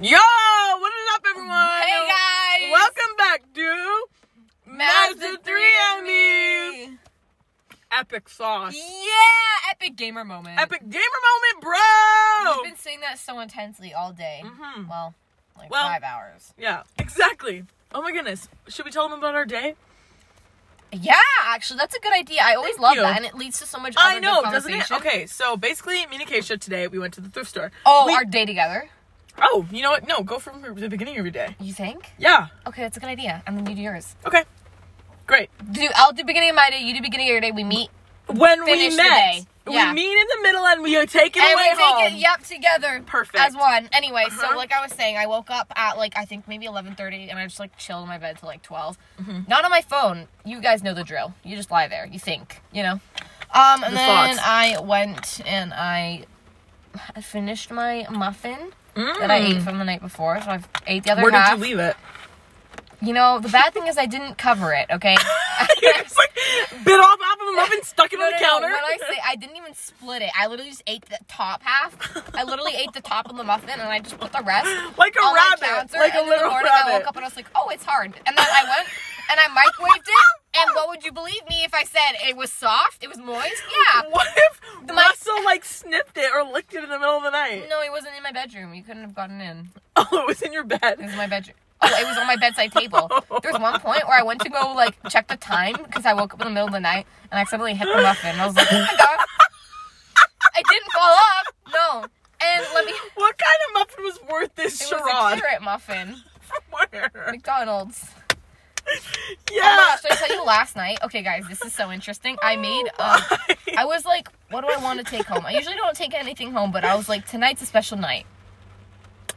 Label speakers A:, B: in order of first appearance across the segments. A: Yo, what is up, everyone?
B: Hey, guys.
A: Welcome back to Master
B: Master
A: 3 on me. Epic sauce.
B: Yeah, epic gamer moment.
A: Epic gamer moment, bro.
B: We've been saying that so intensely all day.
A: Mhm.
B: Well, like
A: Well-
B: five hours.
A: yeah, exactly. Oh my goodness. Should we tell them about our day?
B: Yeah, actually, that's a good idea. I always
A: Thank
B: love
A: you.
B: that, and it leads to so much.
A: I
B: other
A: know,
B: good
A: doesn't it?
B: conversation.
A: Okay, so basically, me and Acacia today, we went to the thrift store.
B: Oh,
A: We-
B: our day together.
A: oh, you know what? No, go from the beginning of your day.
B: You think?
A: Yeah.
B: Okay, that's a good idea. And then you do yours.
A: Okay. Great.
B: Do I'll do beginning of my day. You do beginning of your day. We meet.
A: When
B: Finish
A: we
B: the
A: met,
B: day. Yeah.
A: we meet in the middle and we take it
B: and
A: away
B: we take
A: home.
B: it yep together
A: Perfect.
B: as one anyway
A: Uh-huh.
B: so like i was saying i woke up at like i think maybe 11.30 and i just like chilled in my bed till like 12
A: Mm-hmm.
B: not on my phone you guys know the drill you just lie there you think you know um and
A: The
B: then
A: thoughts.
B: i went and i I finished my muffin that I ate from the night before, so I ate the other
A: Mm. Where
B: half.
A: did you leave it?
B: You know, the bad thing is I didn't cover it. Okay,
A: You just, like bit off half of them up and stuck it
B: No,
A: on the
B: no, no.
A: counter.
B: When I say I didn't even split it, I literally just ate the top half. I literally ate the top of the muffin and I just put the rest.
A: Like a
B: on my
A: rabbit,
B: counter.
A: like a
B: and in
A: little
B: the morning, I
A: rabbit.
B: woke up and I was like, oh, it's hard. And then I went and I microwaved it. And what would you believe me if I said it was soft? It was moist? Yeah.
A: what if
B: The mic-
A: Russell like sniffed it or licked it in the middle of the night?
B: No, it wasn't in my bedroom. You couldn't have gotten in.
A: Oh, it was in your
B: It
A: bed.
B: was my bedroom. Oh, it was on my bedside table. There was one point where I went to go like check the time because I woke up in the middle of the night and I accidentally hit the muffin. I was like, oh my god, I didn't fall off. No. And let me.
A: What kind of muffin was worth this
B: It was a
A: charade?
B: carrot muffin.
A: Where?
B: McDonald's. Oh my
A: Yeah.
B: gosh, did I tell you last night? Okay, guys, this is so interesting. I made.
A: Oh
B: Um, I was like, what do I want to take home? I usually don't take anything home, but I was like, tonight's a special night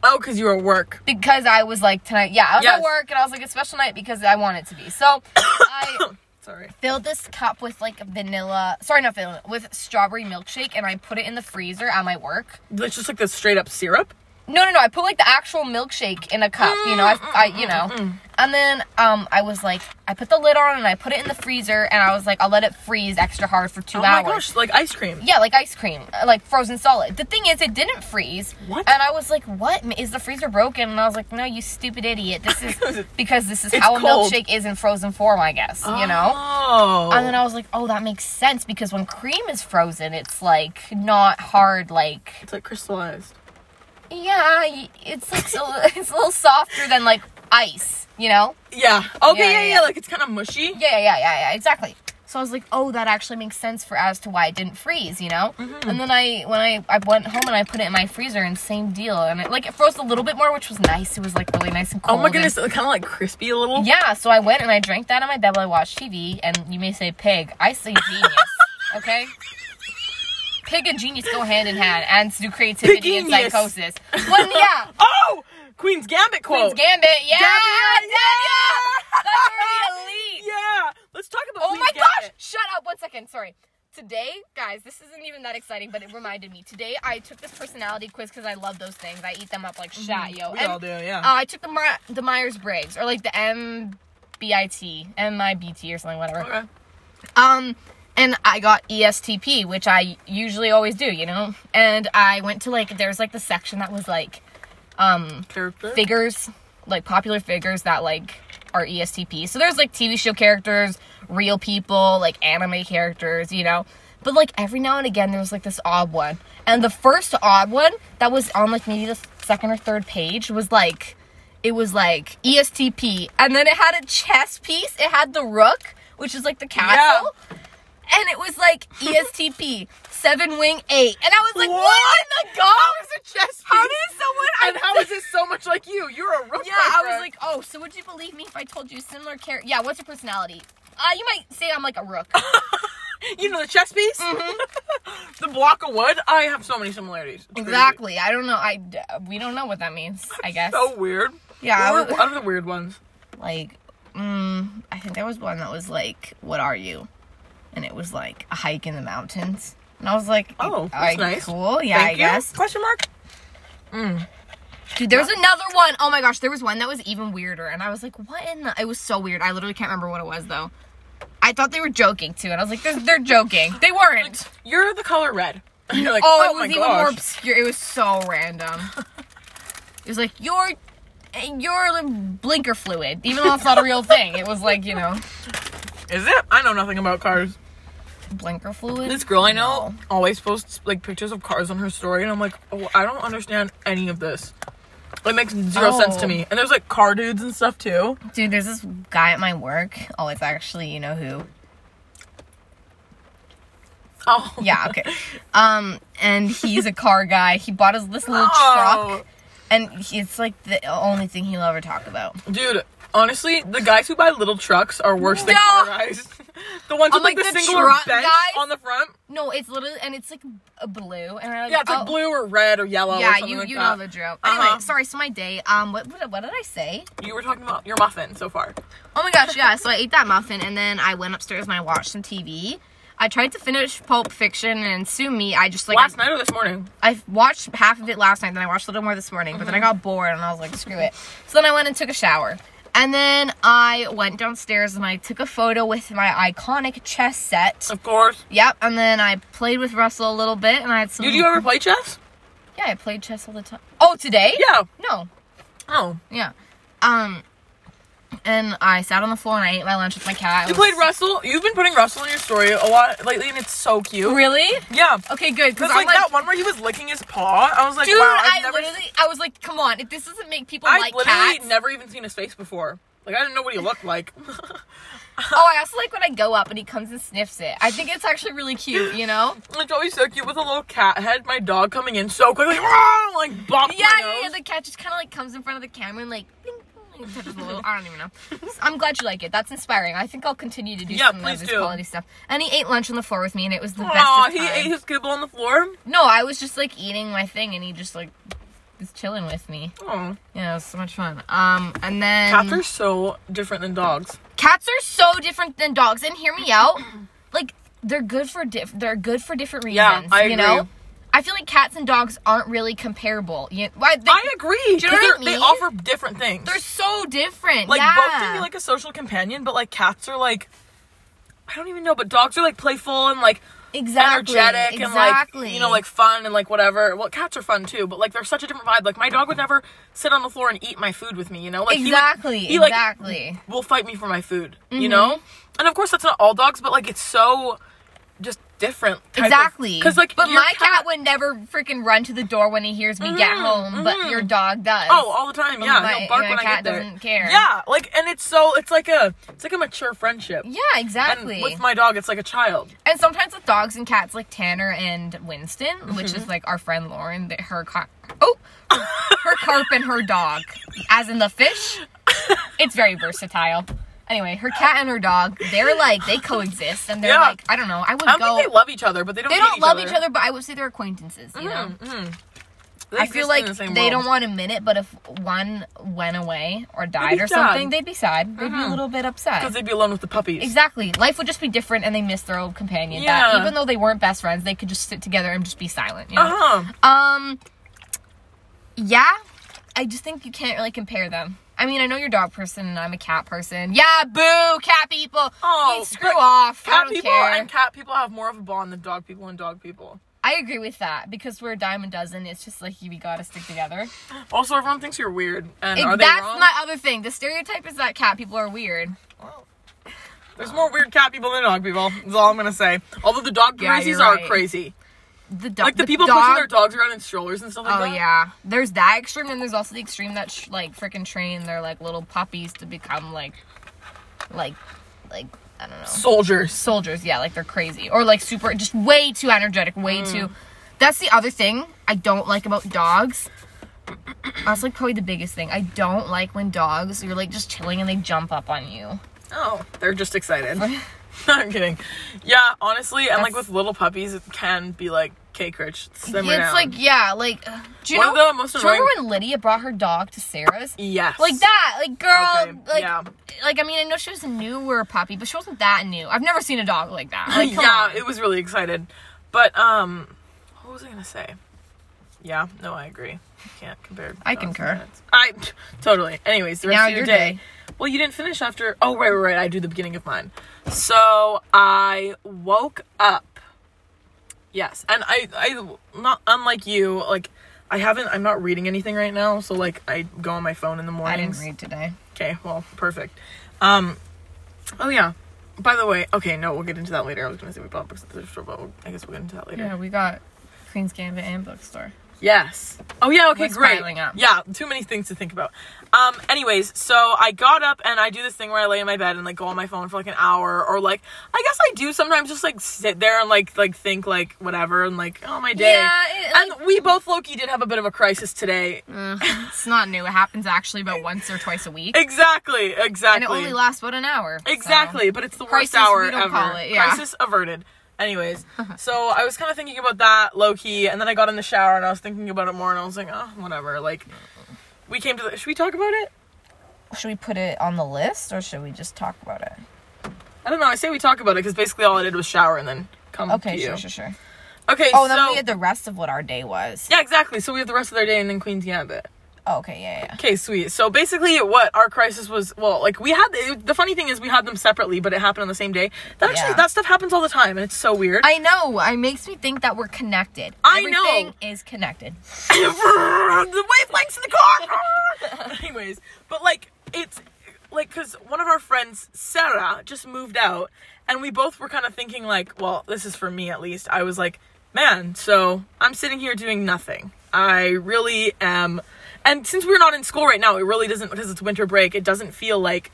A: oh, because you were at work.
B: because I was like, tonight. Yeah, I was
A: Yes.
B: at work, and I was like, it's a special night because I want it to be. So I
A: Sorry.
B: filled this cup with like vanilla. Sorry, not vanilla. With strawberry milkshake, and I put it in the freezer at my work.
A: It's just like the straight up syrup.
B: No, no, no. I put like the actual milkshake in a cup. You
A: Mm,
B: know, I, I you know, and then um, I was like, I put the lid on and I put it in the freezer, and I was like, I'll let it freeze extra hard for two
A: Oh my
B: hours.
A: gosh, like ice cream.
B: Yeah, like ice cream, uh, like frozen solid. The thing is, it didn't freeze.
A: What?
B: And I was like, "What M- is the freezer broken?" And I was like, "No, you stupid idiot. This is because this is
A: It's
B: how
A: cold. Ah.
B: a milkshake is in frozen form, I guess. You know."
A: Oh.
B: And then I was like, "Oh, that makes sense because when cream is frozen, it's like not hard. Like,
A: it's like crystallized.
B: yeah, y- it's like so, it's a little softer than like ice. You know?
A: Yeah. Okay. Yeah.
B: Yeah,
A: Yeah.
B: yeah.
A: Like it's kind of mushy.
B: Yeah, yeah, yeah, yeah, exactly. So I was like, oh, that actually makes sense for as to why it didn't freeze, you know.
A: Mm-hmm.
B: And then I, when I, I went home and I put it in my freezer, and same deal. And it, like it froze a little bit more, which was nice. It was like really nice and
A: Oh
B: cold.
A: my goodness,
B: and-
A: kind of like crispy a little.
B: yeah. So I went and I drank that on my bed while I watched TV. And you may say pig. I say genius. okay. Pig and genius go hand in hand, and do creativity and
A: Pigenius.
B: psychosis. When yeah,
A: Oh, Queen's Gambit quote.
B: Queen's Gambit. Yeah,
A: Gambit,
B: yeah,
A: yeah.
B: that's already elite.
A: Yeah. Let's talk about.
B: Oh
A: Queen's
B: my gosh!
A: Gambit.
B: Shut up. One second. Sorry. Today, guys, this isn't even that exciting, but it reminded me. Today, I took this personality quiz because I love those things. I eat them up like shit, yo.
A: Mm-hmm. We
B: And,
A: all do. Yeah.
B: Uh, I took the Mar- the Myers Briggs or like the MBIT, MIBT or something, whatever.
A: okay.
B: Um, and I got E ESTP, which I usually always do, you know. And I went to like there's like the section that was like
A: Character.
B: figures, like popular figures that like are E ESTP. So there's like TV show characters, real people, like anime characters, you know. But like every now and again, there's like this odd one, and the first odd one that was on like maybe the second or third page was like, it was like E ESTP, and then it had a chess piece. It had the rook, which is like the castle, and it was like E ESTP seven wing eight, and I was like, what, in the
A: How
B: god?
A: is it chess
B: How
A: piece?
B: did someone?
A: And how is this so much like you? You're a rook.
B: Yeah,
A: my
B: I was
A: friend.
B: like, oh, so would you believe me if I told you similar character? Yeah, what's your personality? Uh, you might say I'm like a rook.
A: you know the chess piece, Mm-hmm. the block of wood. I have so many similarities. It's crazy.
B: exactly. I don't know. I we don't know what that means. I guess.
A: So weird.
B: Yeah, I
A: What
B: was-
A: are, what are the weird ones?
B: Like, mm, I think there was one that was like, "What are you?" And it was like a hike in the mountains. And I was like,
A: Oh, that's
B: alright,
A: nice.
B: cool. Yeah,
A: Thank
B: I
A: you?
B: guess."
A: Question mark.
B: Dude, there was another one. Oh my gosh, there was one that was even weirder, and I was like, "What in the?" It was so weird. I literally can't remember what it was though. I thought they were joking too, and I was like, "They're, they're joking. They weren't."
A: You're the color red. And you're like,
B: Oh, it
A: my
B: was even
A: gosh.
B: more obscure. It was so random. It was like your your blinker fluid, even though that's not a real thing. It was like you know
A: Is it? I know nothing about cars.
B: blinker fluid.
A: This girl I know
B: No.
A: always posts like pictures of cars on her story, and I'm like, oh, I don't understand any of this. It makes zero
B: Oh.
A: sense to me. And there's like car dudes and stuff too.
B: Dude, there's this guy at my work. Oh, it's actually you know who.
A: Oh
B: Yeah, okay. Um, and he's a car guy. He bought us this little
A: Oh.
B: truck, and he, it's like the only thing he'll ever talk about.
A: Dude, honestly, the guys who buy little trucks are worse than
B: No.
A: car guys. The ones
B: I'm
A: with like,
B: like,
A: the,
B: the
A: single
B: truck
A: bench
B: guys?
A: on the front.
B: No, it's literally, and it's like a blue, and I like,
A: Yeah, it's like
B: oh,
A: blue or red or yellow. or
B: Yeah,
A: something
B: you
A: like
B: you
A: that.
B: know the drill.
A: Uh-huh.
B: Anyway, sorry. So my day. Um, what, what what did I say?
A: You were talking about your muffin so far.
B: Oh my gosh, yeah. So I ate that muffin, and then I went upstairs and I watched some TV. I tried to finish Pulp Fiction, and sue me, I just like
A: Last night or this morning?
B: I watched half of it last night, then I watched a little more this morning, but then I got bored and I was like, screw it. So then I went and took a shower. And then I went downstairs and I took a photo with my iconic chess set.
A: Of course.
B: Yep, and then I played with Russell a little bit and I had some.
A: Did you ever play chess?
B: Yeah, I played chess all the time. Oh, today?
A: Yeah.
B: No,
A: Oh.
B: yeah. Um, and I sat on the floor and I ate my lunch with my cat. I
A: You
B: was-
A: played Russell. You've been putting Russell in your story a lot lately, and it's so cute.
B: Really?
A: Yeah.
B: Okay, good.
A: Because
B: Because
A: like,
B: I'm like,
A: that one where he was licking his paw, I was like,
B: dude,
A: wow,
B: I
A: I've never,
B: literally, I was like, come on, if this doesn't make people
A: I've
B: like
A: literally
B: cats.
A: never even seen his face before. Like I didn't know what he looked like.
B: Oh, I also like when I go up and he comes and sniffs it. I think it's actually really cute, you know?
A: it's always so cute with a little cat head. My dog coming in so quickly, "Rah!" like bopped
B: Yeah,
A: my
B: yeah, yeah.
A: nose.
B: The cat just kind of like comes in front of the camera and like, bling, bling, and touches the little. I don't even know. I'm glad you like it. That's inspiring. I think I'll continue to do
A: Yeah,
B: some like
A: please
B: this
A: do.
B: quality stuff. And he ate lunch on the floor with me, and it was the best.
A: Aw,
B: of
A: he
B: time.
A: ate his kibble on the floor.
B: No, I was just like eating my thing, and he just like was chilling with me.
A: Oh,
B: Yeah, it was so much fun. Um, and then
A: cats are so different than dogs.
B: cats are so different than dogs and hear me out like they're good for diff- they're good for different reasons
A: Yeah, I
B: you know
A: agree.
B: i feel like cats and dogs aren't really comparable you why they,
A: I agree.
B: Do you
A: 'cause
B: know what I
A: they're- They
B: mean?
A: offer different things.
B: they're so different
A: like
B: yeah.
A: both can be like a social companion, but like cats are like I don't even know, but dogs are like playful and like
B: exactly
A: energetic
B: exactly
A: and like you know like fun and like whatever. Well, cats are fun too, but like they're such a different vibe. Like my dog would never sit on the floor and eat my food with me. You know, like he would-
B: exactly
A: he, like,
B: exactly
A: will fight me for my food.
B: Mm-hmm.
A: You know, and of course that's not all dogs, but like it's so just different.
B: exactly
A: Because like
B: but
A: your
B: my cat, would never freaking run to the door when he hears me get home but your dog does
A: Mm-hmm, Oh, all the time, yeah.
B: my-
A: he'll bark
B: my
A: when I
B: cat
A: get there.
B: doesn't care.
A: Yeah, like, and it's so it's like a it's like a mature friendship.
B: yeah
A: And
B: exactly
A: with my dog, it's like a child.
B: And sometimes with dogs and cats, like Tanner and Winston, which
A: Mm-hmm.
B: is like our friend Lauren, that her car, oh, her carp and her dog, as in the fish. It's very versatile. Anyway, her cat and her dog, they're like they coexist, and they're
A: Yeah.
B: like I don't know. I would
A: I don't
B: go.
A: think they love each other, but they don't.
B: they
A: hate
B: don't love each other, but I would say they're acquaintances. You know,
A: They
B: I
A: exist
B: feel
A: in
B: like
A: the
B: they
A: same
B: don't
A: world.
B: want to admit it, but if one went away or died
A: be
B: or
A: sad. Mm-hmm.
B: something, they'd be sad. They'd be a little bit upset.
A: because they'd be alone with the puppies.
B: Exactly. Life would just be different and they miss their old companion. That
A: Yeah.
B: even though they weren't best friends, they could just sit together and just be silent. You know?
A: Uh huh.
B: Um Yeah. I just think you can't really compare them. I mean, I know you're a dog person and I'm a cat person. Yeah, boo, cat people.
A: Oh,
B: You screw
A: but
B: off. I
A: Cat
B: don't
A: people
B: care.
A: and cat people have more of a bond than dog people and dog people.
B: I agree with that because we're a dime a dozen. It's just like we gotta stick together.
A: Also, everyone thinks you're weird, and
B: It-
A: are they
B: that's
A: wrong?
B: my other thing. The stereotype is that cat people are weird.
A: There's more weird cat people than dog people. That's all I'm gonna say. Although the dog
B: Yeah,
A: crazies
B: you're
A: are
B: right.
A: crazy,
B: The dog,
A: like the, people pushing
B: dog
A: their dogs around in strollers and stuff like
B: Oh
A: that.
B: yeah, there's that extreme, and there's also the extreme that sh- like freaking train their like little puppies to become like, like, like I don't know
A: Soldiers.
B: soldiers. Yeah, like they're crazy or like super, just way too energetic, way
A: Mm.
B: too. That's the other thing I don't like about dogs. That's like probably the biggest thing. I don't like when dogs you're like just chilling and they jump up on you.
A: Oh, they're just excited. I'm kidding. Yeah, honestly, and like
B: That's-
A: with little puppies, it can be like cake rich. Simmer
B: it's
A: down.
B: like yeah, like uh, do you
A: One of
B: know?
A: the most
B: do you remember
A: annoying-
B: when Lydia brought her dog to Sarah's?
A: yes,
B: Like that, like girl,
A: Okay,
B: like
A: yeah.
B: like I mean, I know she was a newer puppy, but she wasn't that new. I've never seen a dog like that. Like, come
A: yeah,
B: on.
A: it was really excited. But um, what was I gonna say? Yeah, no, I agree. You can't compare.
B: I
A: dogs and
B: concur.
A: cats. I totally. Anyways, the rest
B: Now
A: of your,
B: your
A: day.
B: day.
A: Well, you didn't finish after. Oh, right, right, right. I do the beginning of mine. So I woke up. Yes, and I, I not unlike you, like. I haven't. I'm not reading anything right now, so like I go on my phone in the
B: I
A: morning.
B: didn't read today.
A: Okay, well, perfect. Um, oh yeah. By the way, okay, no, we'll get into that later. I was gonna say we bought books at the thrift store, but we'll, I guess we'll get into that later.
B: Yeah, we got Queen's Gambit and bookstore.
A: Yes. Oh yeah. Okay.
B: What's
A: great.
B: piling up?
A: Yeah. Too many things to think about. Um. Anyways, so I got up and I do this thing where I lay in my bed and like go on my phone for like an hour or like I guess I do sometimes just like sit there and like like think like whatever and like oh my day.
B: Yeah, it-
A: and we both Loki did have a bit of a crisis today.
B: Mm. It's not new. It happens actually about once or twice a week,
A: Exactly. Exactly.
B: and it only lasts about an hour. so-
A: Exactly, but it's the worst
B: Um, Crisis,
A: hour
B: we don't
A: ever.
B: call it, yeah. Uh-huh.
A: Crisis averted. Anyways, so I was kind of thinking about that low key, and then I got in the shower and I was thinking about it more, and I was like, oh, whatever. Like, we came to the. Should we talk about it?
B: Should we put it on the list or should we just talk about it?
A: I don't know. I say we talk about it because basically all I did was shower and then come
B: Okay,
A: to you.
B: sure, sure, sure.
A: Okay.
B: Oh,
A: so
B: then we had the rest of what our day was.
A: yeah, exactly. So we have the rest of their day and then Queen's Gambit.
B: Oh, okay, yeah, yeah.
A: Okay, sweet. So basically, what our crisis was, well, like we had it, the funny thing is we had them separately, but it happened on the same day. That actually
B: Yeah.
A: that stuff happens all the time, and it's so weird.
B: I know. It makes me think that we're connected.
A: I know.
B: Everything is connected.
A: the wavelengths in the car. Anyways, but like it's like because one of our friends, Sarah, just moved out, and we both were kind of thinking like, well, this is for me at least. I was like, man, so I'm sitting here doing nothing. I really am, and since we're not in school right now, it really doesn't because it's winter break. It doesn't feel like.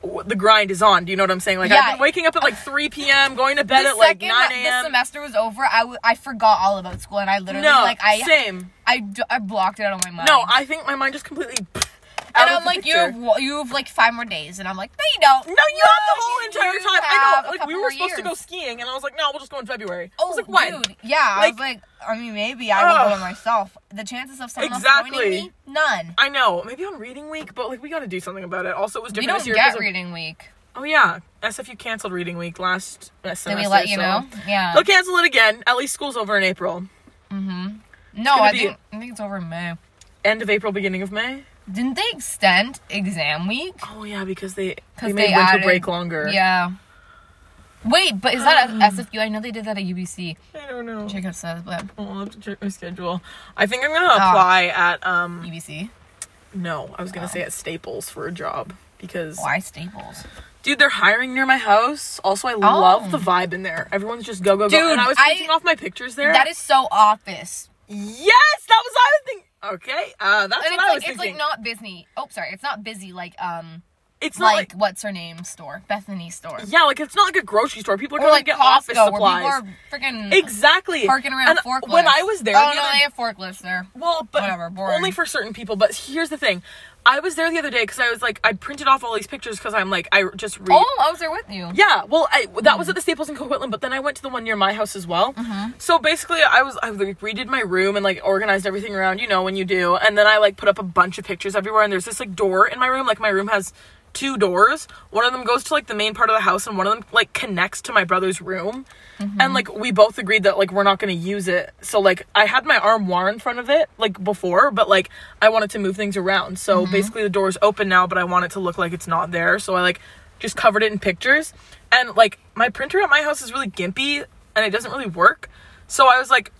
A: w- The grind is on. Do you know what I'm saying? Like
B: Yeah.
A: I've been waking up at like 3 p.m., going to bed
B: the
A: at like
B: second
A: 9
B: that the
A: a.m.
B: semester was over, I, w- I forgot all about school and I literally
A: No,
B: like I
A: same.
B: I, d- I blocked it out of my mind.
A: No, I think my mind just completely. out
B: and
A: of
B: I'm
A: the
B: like you
A: picture.
B: have wa- you have like five more days and I'm like no you don't.
A: No, you have the whole entire
B: you
A: time.
B: have
A: I
B: a
A: know. Like we
B: couple
A: were supposed
B: more
A: to go
B: years.
A: skiing, and I was like, no, we'll just go in February. I
B: Oh,
A: was like, when?
B: dude, yeah. I
A: Like-
B: was like, I mean, maybe I will go
A: Ugh.
B: by myself. The chances of someone else
A: Exactly.
B: joining me, none.
A: I know. Maybe on reading week, but like we got to do something about it. Also, it was
B: We
A: different
B: don't
A: this year.
B: get
A: 'cause of-
B: reading week.
A: Oh yeah, SFU canceled reading week last uh,
B: Did
A: semester.
B: we let you
A: so-
B: know? Yeah.
A: They'll cancel it again. At least school's over in April.
B: No,
A: gonna
B: I
A: be-
B: think I think it's over in May.
A: End of April, beginning of May.
B: Didn't they extend exam week?
A: Oh yeah, because they
B: Because
A: they made
B: they
A: winter
B: added-
A: break longer.
B: Yeah. Wait, but is that
A: Um.
B: at SFU? I know they did that at UBC.
A: I don't know.
B: Jacob says, but
A: I'll have to check my schedule. I think I'm gonna
B: Ah.
A: apply at um.
B: UBC.
A: No, I was gonna say at Staples for a job because
B: Why Staples?
A: Dude, they're hiring near my house. Also, I love the vibe in there. Everyone's just go go go.
B: Oh. Dude,
A: and I was
B: I-
A: taking off my pictures there.
B: That is so office.
A: yes, that was I was thinking. Okay, uh, that's
B: And
A: what
B: it's
A: I
B: like
A: was
B: it's
A: thinking.
B: like not busy. Oh, sorry, it's not busy. Like um,
A: it's not like,
B: like, what's her name store? Bethany store.
A: yeah, like it's not like a grocery store. People are
B: Or
A: going
B: like
A: to get
B: Costco,
A: office supplies.
B: where people are freaking
A: exactly.
B: parking around
A: and
B: forklifts.
A: When I was there,
B: oh
A: the
B: no,
A: other-
B: they have forklifts there.
A: Well, but
B: Whatever, boring.
A: only for certain people. But here's the thing. I was there the other day because I was like, I printed off all these pictures because I'm like, I just read.
B: Oh, I was there with you.
A: Yeah, well, I, that was at the Staples in Coquitlam, but then I went to the one near my house as well. So basically, I was I like, redid my room and like organized everything around, you know, when you do, and then I like put up a bunch of pictures everywhere. And there's this like door in my room. Like my room has two doors. One of them goes to like the main part of the house, and one of them like connects to my brother's room. And like we both agreed that like we're not gonna use it. So like I had my armoire in front of it like before, but like I wanted to move things around. So basically, the door's open now, but I want it to look like it's not there. So I like just covered it in pictures. And like my printer at my house is really gimpy and it doesn't really work. So I was like,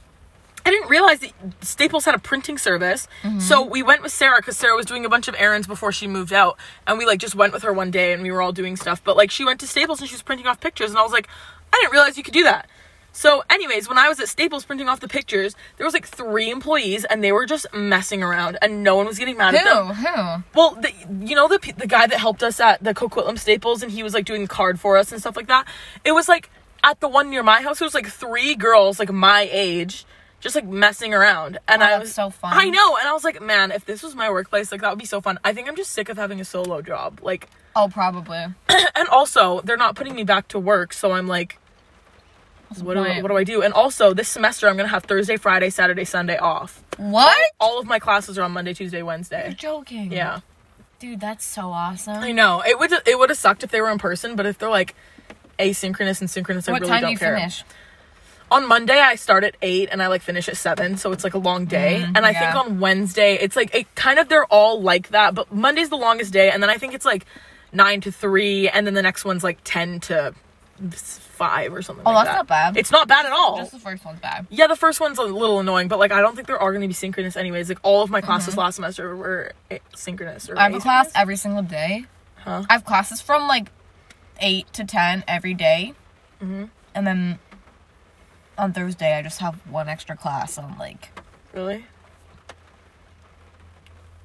A: I didn't realize that Staples had a printing service. So we went with Sarah because Sarah was doing a bunch of errands before she moved out. And we like just went with her one day and we were all doing stuff. But like she went to Staples and she was printing off pictures. And I was like, I didn't realize you could do that. So, anyways, when I was at Staples printing off the pictures, there was like three employees and they were just messing around and no one was getting mad
B: Who?
A: at them.
B: Who?
A: Well, the, you know the pe- the guy that helped us at the Coquitlam Staples, and he was like doing the card for us and stuff like that. It was like at the one near my house. It was like three girls, like my age, just like messing around, and
B: Oh,
A: I
B: that's
A: was
B: so fun.
A: I know, and I was like, man, if this was my workplace, like that would be so fun. I think I'm just sick of having a solo job, like,
B: Oh, probably.
A: and also they're not putting me back to work, so I'm like, what do,
B: point?
A: what do I do? And also this semester I'm gonna have Thursday, Friday, Saturday, Sunday off.
B: What?
A: All of my classes are on Monday, Tuesday, Wednesday.
B: You're joking.
A: Yeah.
B: Dude, that's so awesome.
A: I know it would it would have sucked if they were in person, but if they're like asynchronous and synchronous, I
B: what
A: really
B: time
A: don't
B: do you
A: care.
B: finish?
A: On Monday, I start at eight and I like finish at seven, so it's like a long day. and I
B: Mm, yeah.
A: think on Wednesday, it's like it kind of they're all like that, but Monday's the longest day, and then I think it's like nine to three, and then the next one's like ten to five or something.
B: Oh,
A: like
B: that's
A: that.
B: not bad.
A: It's not bad at all.
B: Just the first one's bad.
A: yeah, the first one's a little annoying, but like I don't think there are going to be synchronous anyways. Like all of my classes last semester were eh, synchronous. Or
B: Mm-hmm. I have a class
A: asynchronous.
B: every single day.
A: Huh?
B: I have classes from like eight to ten every day.
A: Mm-hmm.
B: and then on Thursday I just have one extra class. And I'm like,
A: Really?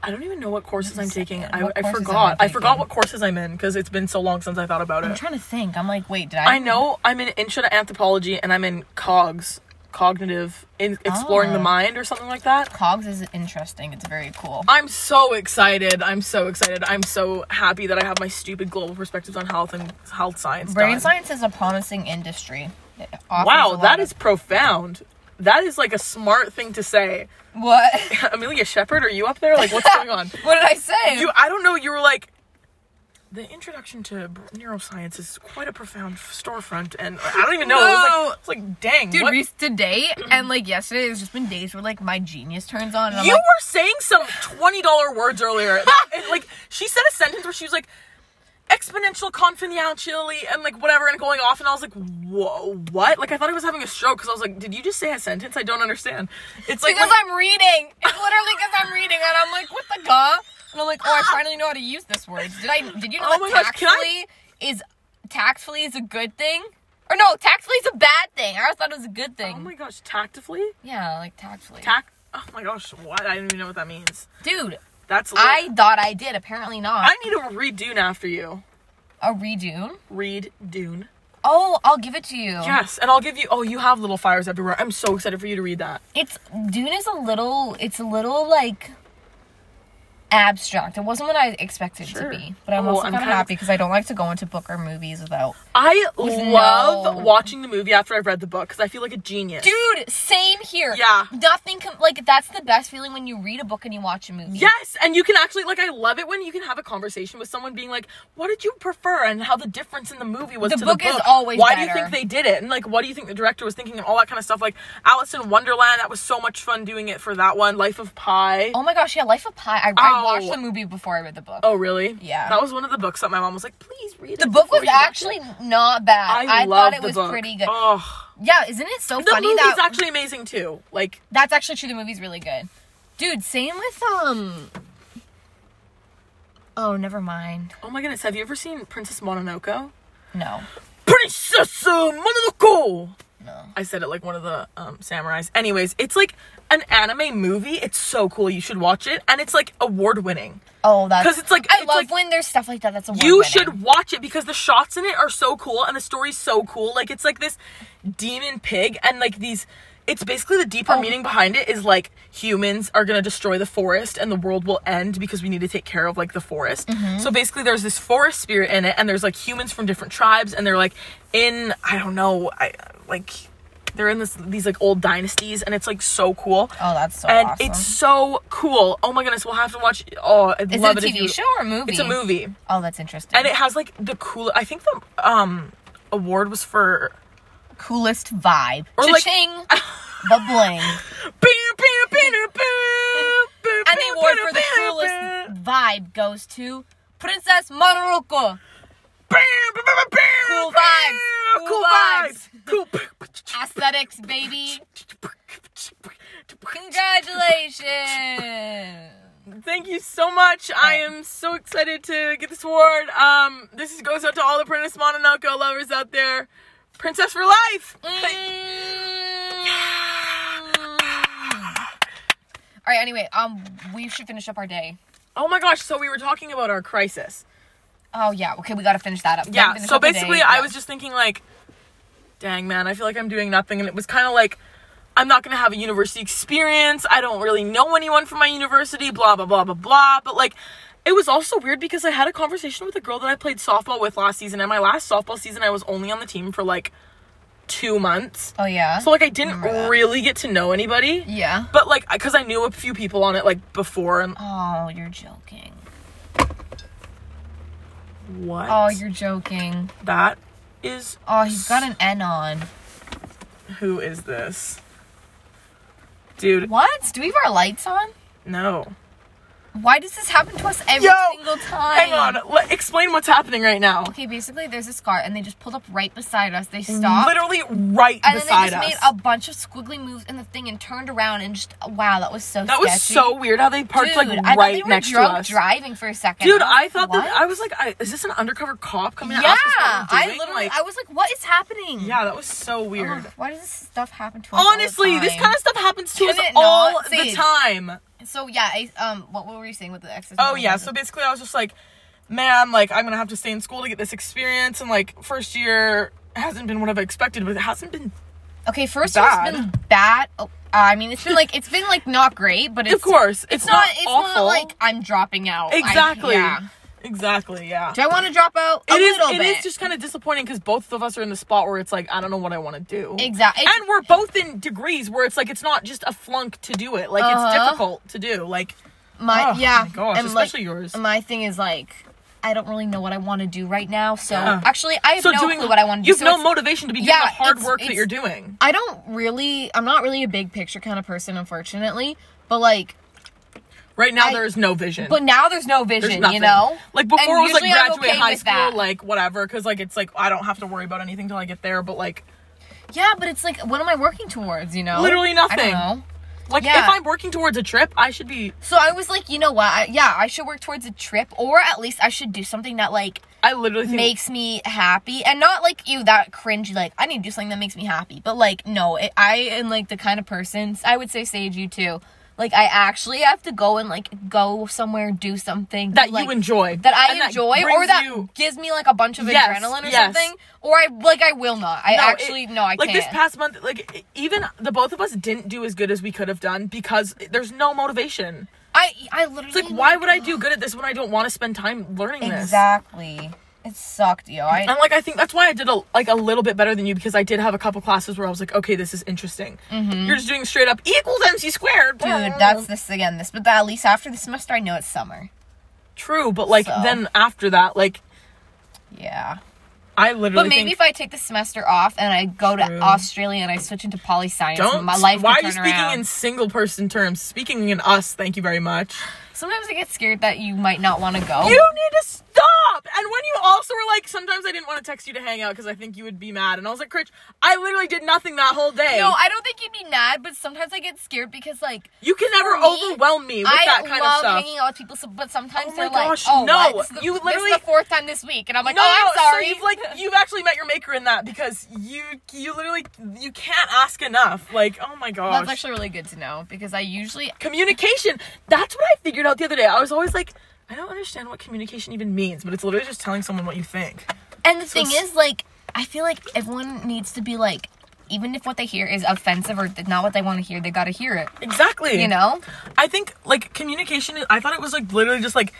A: I don't even know what courses
B: a
A: I'm taking.
B: second.
A: I,
B: What
A: I
B: courses am
A: forgot.
B: I
A: I forgot
B: taking?
A: what courses I'm in because it's been so long since I thought about
B: I'm
A: it.
B: trying to think. I'm like, wait, did I?
A: I know I'm in Intro to Anthropology and I'm in COGS, Cognitive in Exploring the
B: Oh.
A: Mind or something like that.
B: Cogs is interesting. It's very cool.
A: I'm so excited. I'm so excited. I'm so happy that I have my stupid global perspectives on health and health science.
B: Brain
A: done.
B: science is a promising industry. It offers a
A: Wow,
B: lot
A: that
B: of-
A: is profound. That is like a smart thing to say.
B: what.
A: Amelia Shepherd, are you up there? Like, what's going on?
B: what did I say?
A: You, I don't know. You were like, the introduction to br- neuroscience is quite a profound f- storefront, and I don't even know.
B: No.
A: It was like, it was like dang,
B: Dude,
A: what-
B: Reese, today and like yesterday, there's just been days where like my genius turns on, and I'm
A: you
B: like,
A: were saying some twenty dollar words earlier. That- and, like, she said a sentence where she was like, exponential confidentially and like whatever, and going off, and I was like, whoa, what? Like, I thought I was having a stroke because I was like, did you just say a sentence? I don't understand. It's like
B: because
A: when-
B: I'm reading. It's literally because I'm reading, and I'm like, what the guh? And I'm like, oh, I finally know how to use this word. Did I? Did you know
A: Oh
B: that
A: my gosh,
B: tactfully
A: can I-
B: is tactfully is a good thing, or no, tactfully is a bad thing? I always thought it was a good thing.
A: oh my gosh, tactively,
B: yeah, like tactfully.
A: tact. Oh my gosh, what? I don't even know what that means.
B: Dude,
A: That's lit.
B: I thought I did. Apparently not.
A: I need to redune after you.
B: A redo.
A: Read Dune.
B: Oh, I'll give it to you.
A: Yes, and I'll give you. Oh, you have little fires everywhere. I'm so excited for you to read that.
B: It's Dune is a little. It's a little like abstract. It wasn't what I expected
A: Sure.
B: to be, but I'm
A: Oh,
B: also
A: I'm
B: kind of
A: kind of-
B: happy because I don't like to go into book or movies without.
A: I
B: With
A: love
B: no-
A: watching the movie after I've read the book because I feel like a genius.
B: Dude, same here.
A: Yeah.
B: Nothing com- like that's the best feeling when you read a book and you watch a movie.
A: Yes, and you can actually like I love it when you can have a conversation with someone being like, "What did you prefer?" and how the difference in the movie was
B: The
A: to
B: book
A: the
B: is
A: book.
B: always
A: Why do you
B: better.
A: think they did it? And like, what do you think the director was thinking and all that kind of stuff? Like Alice in Wonderland, that was so much fun doing it for that one. Life of Pi.
B: Oh my gosh, yeah, Life of Pi. I, I
A: Ow.
B: watched the movie before I read the book.
A: Oh, really?
B: Yeah.
A: That was one of the books that my mom was like, "Please read."
B: the
A: it
B: book
A: before
B: was
A: you watch it."
B: actually not bad.
A: I, love
B: thought it
A: the
B: was
A: book.
B: pretty good.
A: Oh.
B: Yeah, isn't it so
A: The
B: funny
A: movie's
B: that
A: actually amazing too. Like,
B: that's actually true. The movie's really good, dude. Same with um. Oh, never mind.
A: oh my goodness, have you ever seen Princess Mononoke?
B: No,
A: Princess uh, Mononoke.
B: no.
A: I said it like one of the um, samurais. Anyways, it's like an anime movie. It's so cool. You should watch it, and it's like award winning.
B: Oh, that's
A: 'Cause it's like-
B: I
A: it's
B: love
A: like-
B: when there's stuff like that. That's a
A: You should watch it because the shots in it are so cool and the story's so cool. Like it's like this demon pig and like these it's basically the deeper
B: Oh.
A: meaning behind it is like humans are going to destroy the forest and the world will end because we need to take care of like the forest.
B: Mm-hmm.
A: So basically there's this forest spirit in it and there's like humans from different tribes and they're like in I don't know, I like they're in this these like old dynasties and it's like so cool.
B: Oh, that's so
A: and
B: awesome.
A: it's so cool. Oh my goodness, we'll have to watch oh, I
B: Is
A: love
B: it
A: it
B: a
A: if
B: TV
A: you
B: show or a movie?
A: It's a movie
B: Oh, that's interesting.
A: and it has like the cool. I think the um award was for
B: coolest vibe.
A: Or, like-
B: Cha-ching. the bling. And the award for the coolest vibe goes to Princess Monoroko.
A: Cool
B: vibes, cool
A: Cool
B: vibes.
A: vibes. Cool.
B: Aesthetics, baby. Congratulations.
A: Thank you so much. I am so excited to get this award. Um, this is, goes out to all the Princess Mononoke lovers out there. Princess for life. Mm.
B: All right. Anyway, um, we should finish up our day.
A: Oh my gosh! So we were talking about our crisis.
B: Oh yeah. Okay, we gotta finish that up. We
A: yeah
B: haven't finished
A: so
B: up the day
A: basically
B: yet.
A: i was just thinking like dang man i feel like i'm doing nothing and it was kind of like i'm not gonna have a university experience i don't really know anyone from my university blah blah blah blah blah but like it was also weird because i had a conversation with a girl that i played softball with last season and my last softball season i was only on the team for like two months
B: Oh yeah.
A: so like i didn't
B: Remember that.
A: really get to know anybody
B: yeah.
A: but like because i knew a few people on it like before and
B: Oh, you're joking.
A: what
B: Oh, you're joking.
A: that is
B: Oh, he's got an N on.
A: who is this dude
B: What? Do we have our lights on?
A: No.
B: Why does this happen to us every
A: Yo,
B: single time?
A: Hang on. Let, explain what's happening right now.
B: Okay, basically there's this car and they just pulled up right beside us. They stopped.
A: Literally right
B: and then they
A: beside
B: just made
A: us.
B: a bunch of squiggly moves in the thing and turned around and just wow, that was so
A: that was
B: sketchy.
A: so weird how they parked
B: Dude, I
A: like
B: thought
A: right
B: they were
A: next
B: drunk
A: to us.
B: driving for a second.
A: Dude,
B: was
A: I
B: like,
A: thought
B: what?
A: that I was like, I, is this an undercover cop coming to
B: Yeah,
A: ask us what we're
B: I
A: doing?
B: literally,
A: like,
B: I was like, what is happening?
A: yeah, that was so weird.
B: Ugh, why does this stuff happen to us? all the
A: Honestly, this
B: time?
A: kind of stuff happens to
B: Can
A: us
B: it not?
A: all the
B: See.
A: time.
B: So yeah, I, um, what, what were you saying with the exes?
A: Oh yeah, so basically I was just like, man, like I'm gonna have to stay in school to get this experience, and like first year hasn't been what I've expected, but it hasn't been.
B: okay, first
A: bad.
B: year's been bad. Oh, I mean, it's been like it's been like not great, but it's
A: of course, it's,
B: it's not. It's
A: awful.
B: not like I'm dropping out. I-
A: exactly,
B: yeah.
A: exactly, yeah.
B: Do I want to drop out? A
A: It is.
B: little
A: It
B: bit.
A: is just kind of disappointing because both of us are in the spot where it's like I don't know what I want to do.
B: Exact- it's-
A: And we're both in degrees where it's like it's not just a flunk to do it. Like it's
B: Uh-huh.
A: difficult to do. Like
B: my
A: Oh,
B: yeah.
A: my gosh,
B: and,
A: especially
B: like,
A: yours.
B: My thing is like. I don't really know what I want to do right now, so
A: Yeah.
B: actually, I have
A: so
B: no
A: doing
B: clue what I want to do.
A: You've
B: so
A: no
B: it's-
A: motivation to be doing
B: yeah,
A: the hard
B: it's-
A: work that
B: it's-
A: you're doing.
B: I don't really. I'm not really a big picture kind of person, unfortunately. But like,
A: Right now
B: I-
A: there is no vision.
B: but now there's no vision,
A: There's nothing.
B: you know.
A: Like before,
B: And
A: it was like
B: usually I'm
A: graduate
B: okay
A: high
B: with
A: school,
B: that.
A: like whatever, because like it's like I don't have to worry about anything till I get there. But like,
B: yeah, but it's like, what am I working towards? You know,
A: Literally
B: I don't
A: nothing.
B: know.
A: like
B: Yeah.
A: if I'm working towards a trip, I should be.
B: So I was like, you know what? I, yeah, I should work towards a trip, or at least I should do something that like
A: I literally think
B: makes me happy, and not like you that cringy. Like I need to do something that makes me happy, but like no, it, I am like the kind of person. I would say, Sage, you too. Like I actually have to go and like go somewhere, do something
A: that
B: like,
A: you enjoy,
B: that I
A: and
B: enjoy or
A: brings
B: that
A: you-
B: gives me like a bunch of
A: Yes,
B: adrenaline or
A: yes.
B: something. Or I like I will not. I
A: No, it-
B: actually no, I
A: like
B: can't.
A: this past month, like e- even the both of us didn't do as good as we could have done because there's no motivation.
B: I I literally
A: It's like, why would I do good at this when I don't want to spend time learning this?
B: Exactly. It sucked, yo. I
A: And like I think that's why I did a like a little bit better than you because I did have a couple classes where I was like, okay, this is interesting. You're just doing straight up E equals MC squared.
B: Mm-hmm. dude, that's this again. This, but that, at least after the semester, I know it's summer.
A: True, but like
B: So.
A: then after that, like
B: Yeah.
A: I literally.
B: But maybe
A: think,
B: if I take the semester off and I go
A: True.
B: to Australia and I switch into poli science,
A: don't.
B: my life.
A: why
B: could
A: are you
B: turn
A: speaking
B: around.
A: in single person terms? Speaking in us, thank you very much.
B: Sometimes I get scared that you might not want to go.
A: You need to stop. And when you also were like, sometimes I didn't want to text you to hang out because I think you would be mad, and I was like, Critch, I literally did nothing that whole day.
B: no, I don't think you'd be mad, but sometimes I get scared because like
A: you can never
B: For me,
A: overwhelm me with
B: I
A: that kind
B: love
A: of stuff.
B: hanging out with people, so, but sometimes
A: Oh my
B: they're
A: gosh,
B: like, "Oh,
A: no.
B: what? This is the,
A: You
B: this is
A: literally-
B: the fourth time this week," and I'm like,
A: no,
B: "Oh, I'm
A: no,
B: sorry."
A: So you've like you've actually met your maker in that because you you literally you can't ask enough. Like oh my gosh,
B: that's actually really good to know because I usually
A: communication. That's what I figured out the other day. I was always like, I don't understand what communication even means, but it's literally just telling someone what you think.
B: and the thing
A: it's-
B: is like I feel like everyone needs to be like, even if what they hear is offensive or th- not what they want to hear, they gotta hear it.
A: Exactly.
B: You know?
A: I think like communication. I thought it was like literally just like.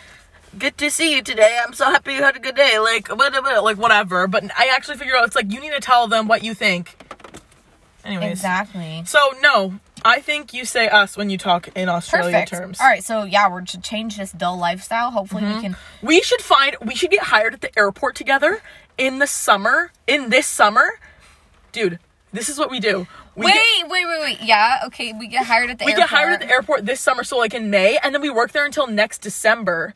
A: Good to see you today. I'm so happy you had a good day. Like, blah, blah, blah, like whatever. But I actually figured out it's like you need to tell them what you think. Anyways,
B: Exactly.
A: so no, I think you say us when you talk in Australia
B: Perfect.
A: terms. Mm-hmm.
B: All right, so yeah, we're to change this dull lifestyle. Hopefully, we can.
A: We should find. We should get hired at the airport together in the summer. In this summer, dude, this is what we do. We
B: Wait,
A: get-
B: wait, wait, wait. Yeah, okay. We get hired at the
A: we
B: airport.
A: get hired at the airport this summer, so like in May, and then we work there until next December.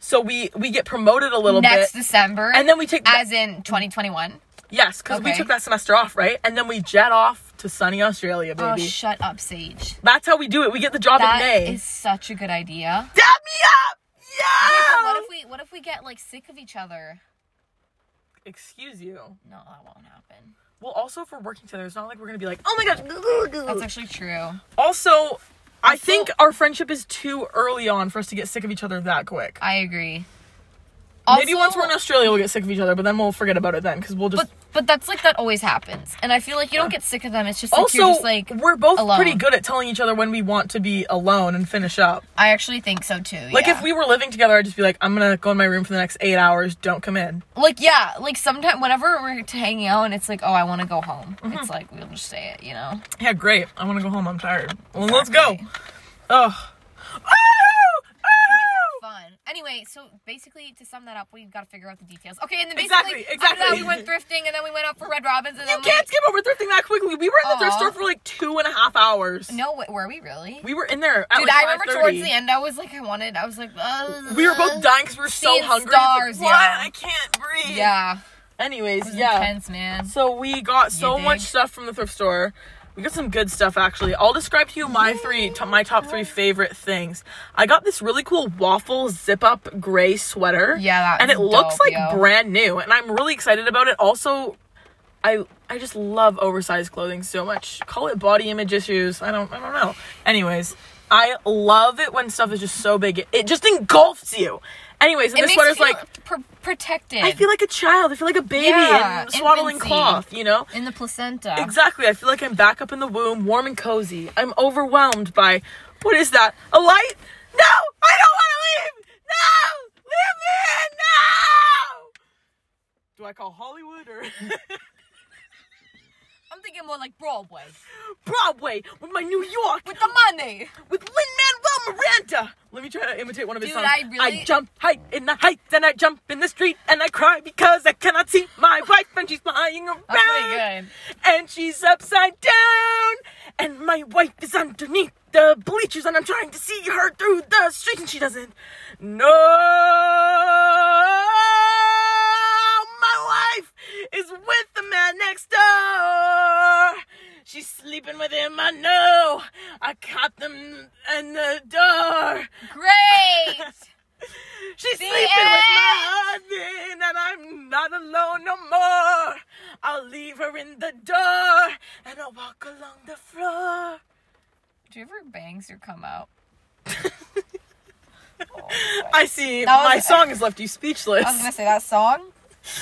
A: So we we get promoted a little
B: next
A: bit,
B: December,
A: and then we take
B: as in 2021.
A: yes, because we
B: Okay.
A: took that semester off, right? And then we jet off to sunny Australia,
B: Oh,
A: baby.
B: shut up, Sage.
A: That's how we do it. We get the job
B: That
A: in May.
B: is such a good idea.
A: Dab me up, yeah.
B: What if we what if we get like sick of each other?
A: Excuse you.
B: No, that won't happen.
A: Well, also if we're working together, it's not like we're gonna be like, oh my gosh.
B: That's actually true.
A: Also, I
B: feel-
A: think our friendship is too early on for us to get sick of each other that quick.
B: I agree.
A: Maybe once we're in Australia, we'll get sick of each other, but then we'll forget about it then because we'll just.
B: but but that's like that always happens, and I feel like you don't get sick of them. It's just like
A: also,
B: you're just like
A: we're both pretty
B: alone.
A: good at telling each other when we want to be alone and finish up.
B: I actually think so too.
A: Like
B: yeah.
A: if we were living together, I'd just be like, I'm gonna go in my room for the next eight hours. Don't come in.
B: like yeah like sometimes whenever we're t- hanging out and it's like oh I want to go home. It's
A: Mm-hmm.
B: like we'll just say it, you know.
A: Yeah, great. I want to go home. I'm tired. Well, let's go. Ugh. Oh.
B: Fun. Anyway, anyway, so basically, to sum that up, we've got to figure out the details. Okay, and then
A: Exactly,
B: basically, After that,
A: exactly.
B: we went thrifting, and then we went out for Red Robins, and
A: You
B: then
A: can't skip over thrifting that quickly. We were in the thrift
B: Aw.
A: store for like two and a half hours.
B: Like, no, wait, were we really?
A: We were in there at
B: Dude,
A: like
B: I remember
A: 5:30.
B: towards the end, I was like, I wanted, I was like, Ugh.
A: We were both dying because we were so
B: Seeing
A: hungry.
B: stars,
A: Like, what?
B: yeah.
A: I can't breathe.
B: Yeah, it
A: Anyways,
B: was
A: yeah.
B: intense, man.
A: So we got so
B: dig?
A: much stuff from the thrift store. We got some good stuff actually. I'll describe to you my three, to my top three favorite things. I got this really cool waffle zip up gray sweater.
B: Yeah, that
A: and it
B: was
A: looks
B: dope,
A: like
B: yo.
A: brand new, and I'm really excited about it. Also, I I just love oversized clothing so much. Call it body image issues. I don't I don't know. Anyways, I love it when stuff is just so big. It, it just engulfs you. Anyways, and
B: It
A: this
B: makes you
A: sweater's
B: feel
A: like
B: pr- protected
A: I feel like a child. I feel like a baby
B: Yeah,
A: in swaddling
B: infancy.
A: cloth. You know.
B: in the placenta.
A: Exactly. I feel like I'm back up in the womb, warm and cozy. I'm overwhelmed by what is that? A light? No! I don't want to leave! No! Leave me in! No! Do I call Hollywood or
B: I'm thinking more like Broadway
A: Broadway with my New York
B: with the money.
A: with Lin Manuel Miranda? Let me try to imitate one of his
B: Dude,
A: songs.
B: I really-
A: jump high in the heights and I jump in the street and I cry because I cannot see my wife and she's flying around.
B: That's pretty good.
A: and she's upside down, and my wife is underneath the bleachers, and I'm trying to see her through the street, and she doesn't. No, my wife is with the man next door. She's sleeping with him. I know. I caught them in the door.
B: Great.
A: She's
B: The
A: sleeping with my husband, and I'm not alone no more. I'll leave her in the door, and I'll walk along the floor.
B: Do you ever bangs or come out?
A: I see.
B: That was-
A: my song has left you speechless.
B: I was gonna say that song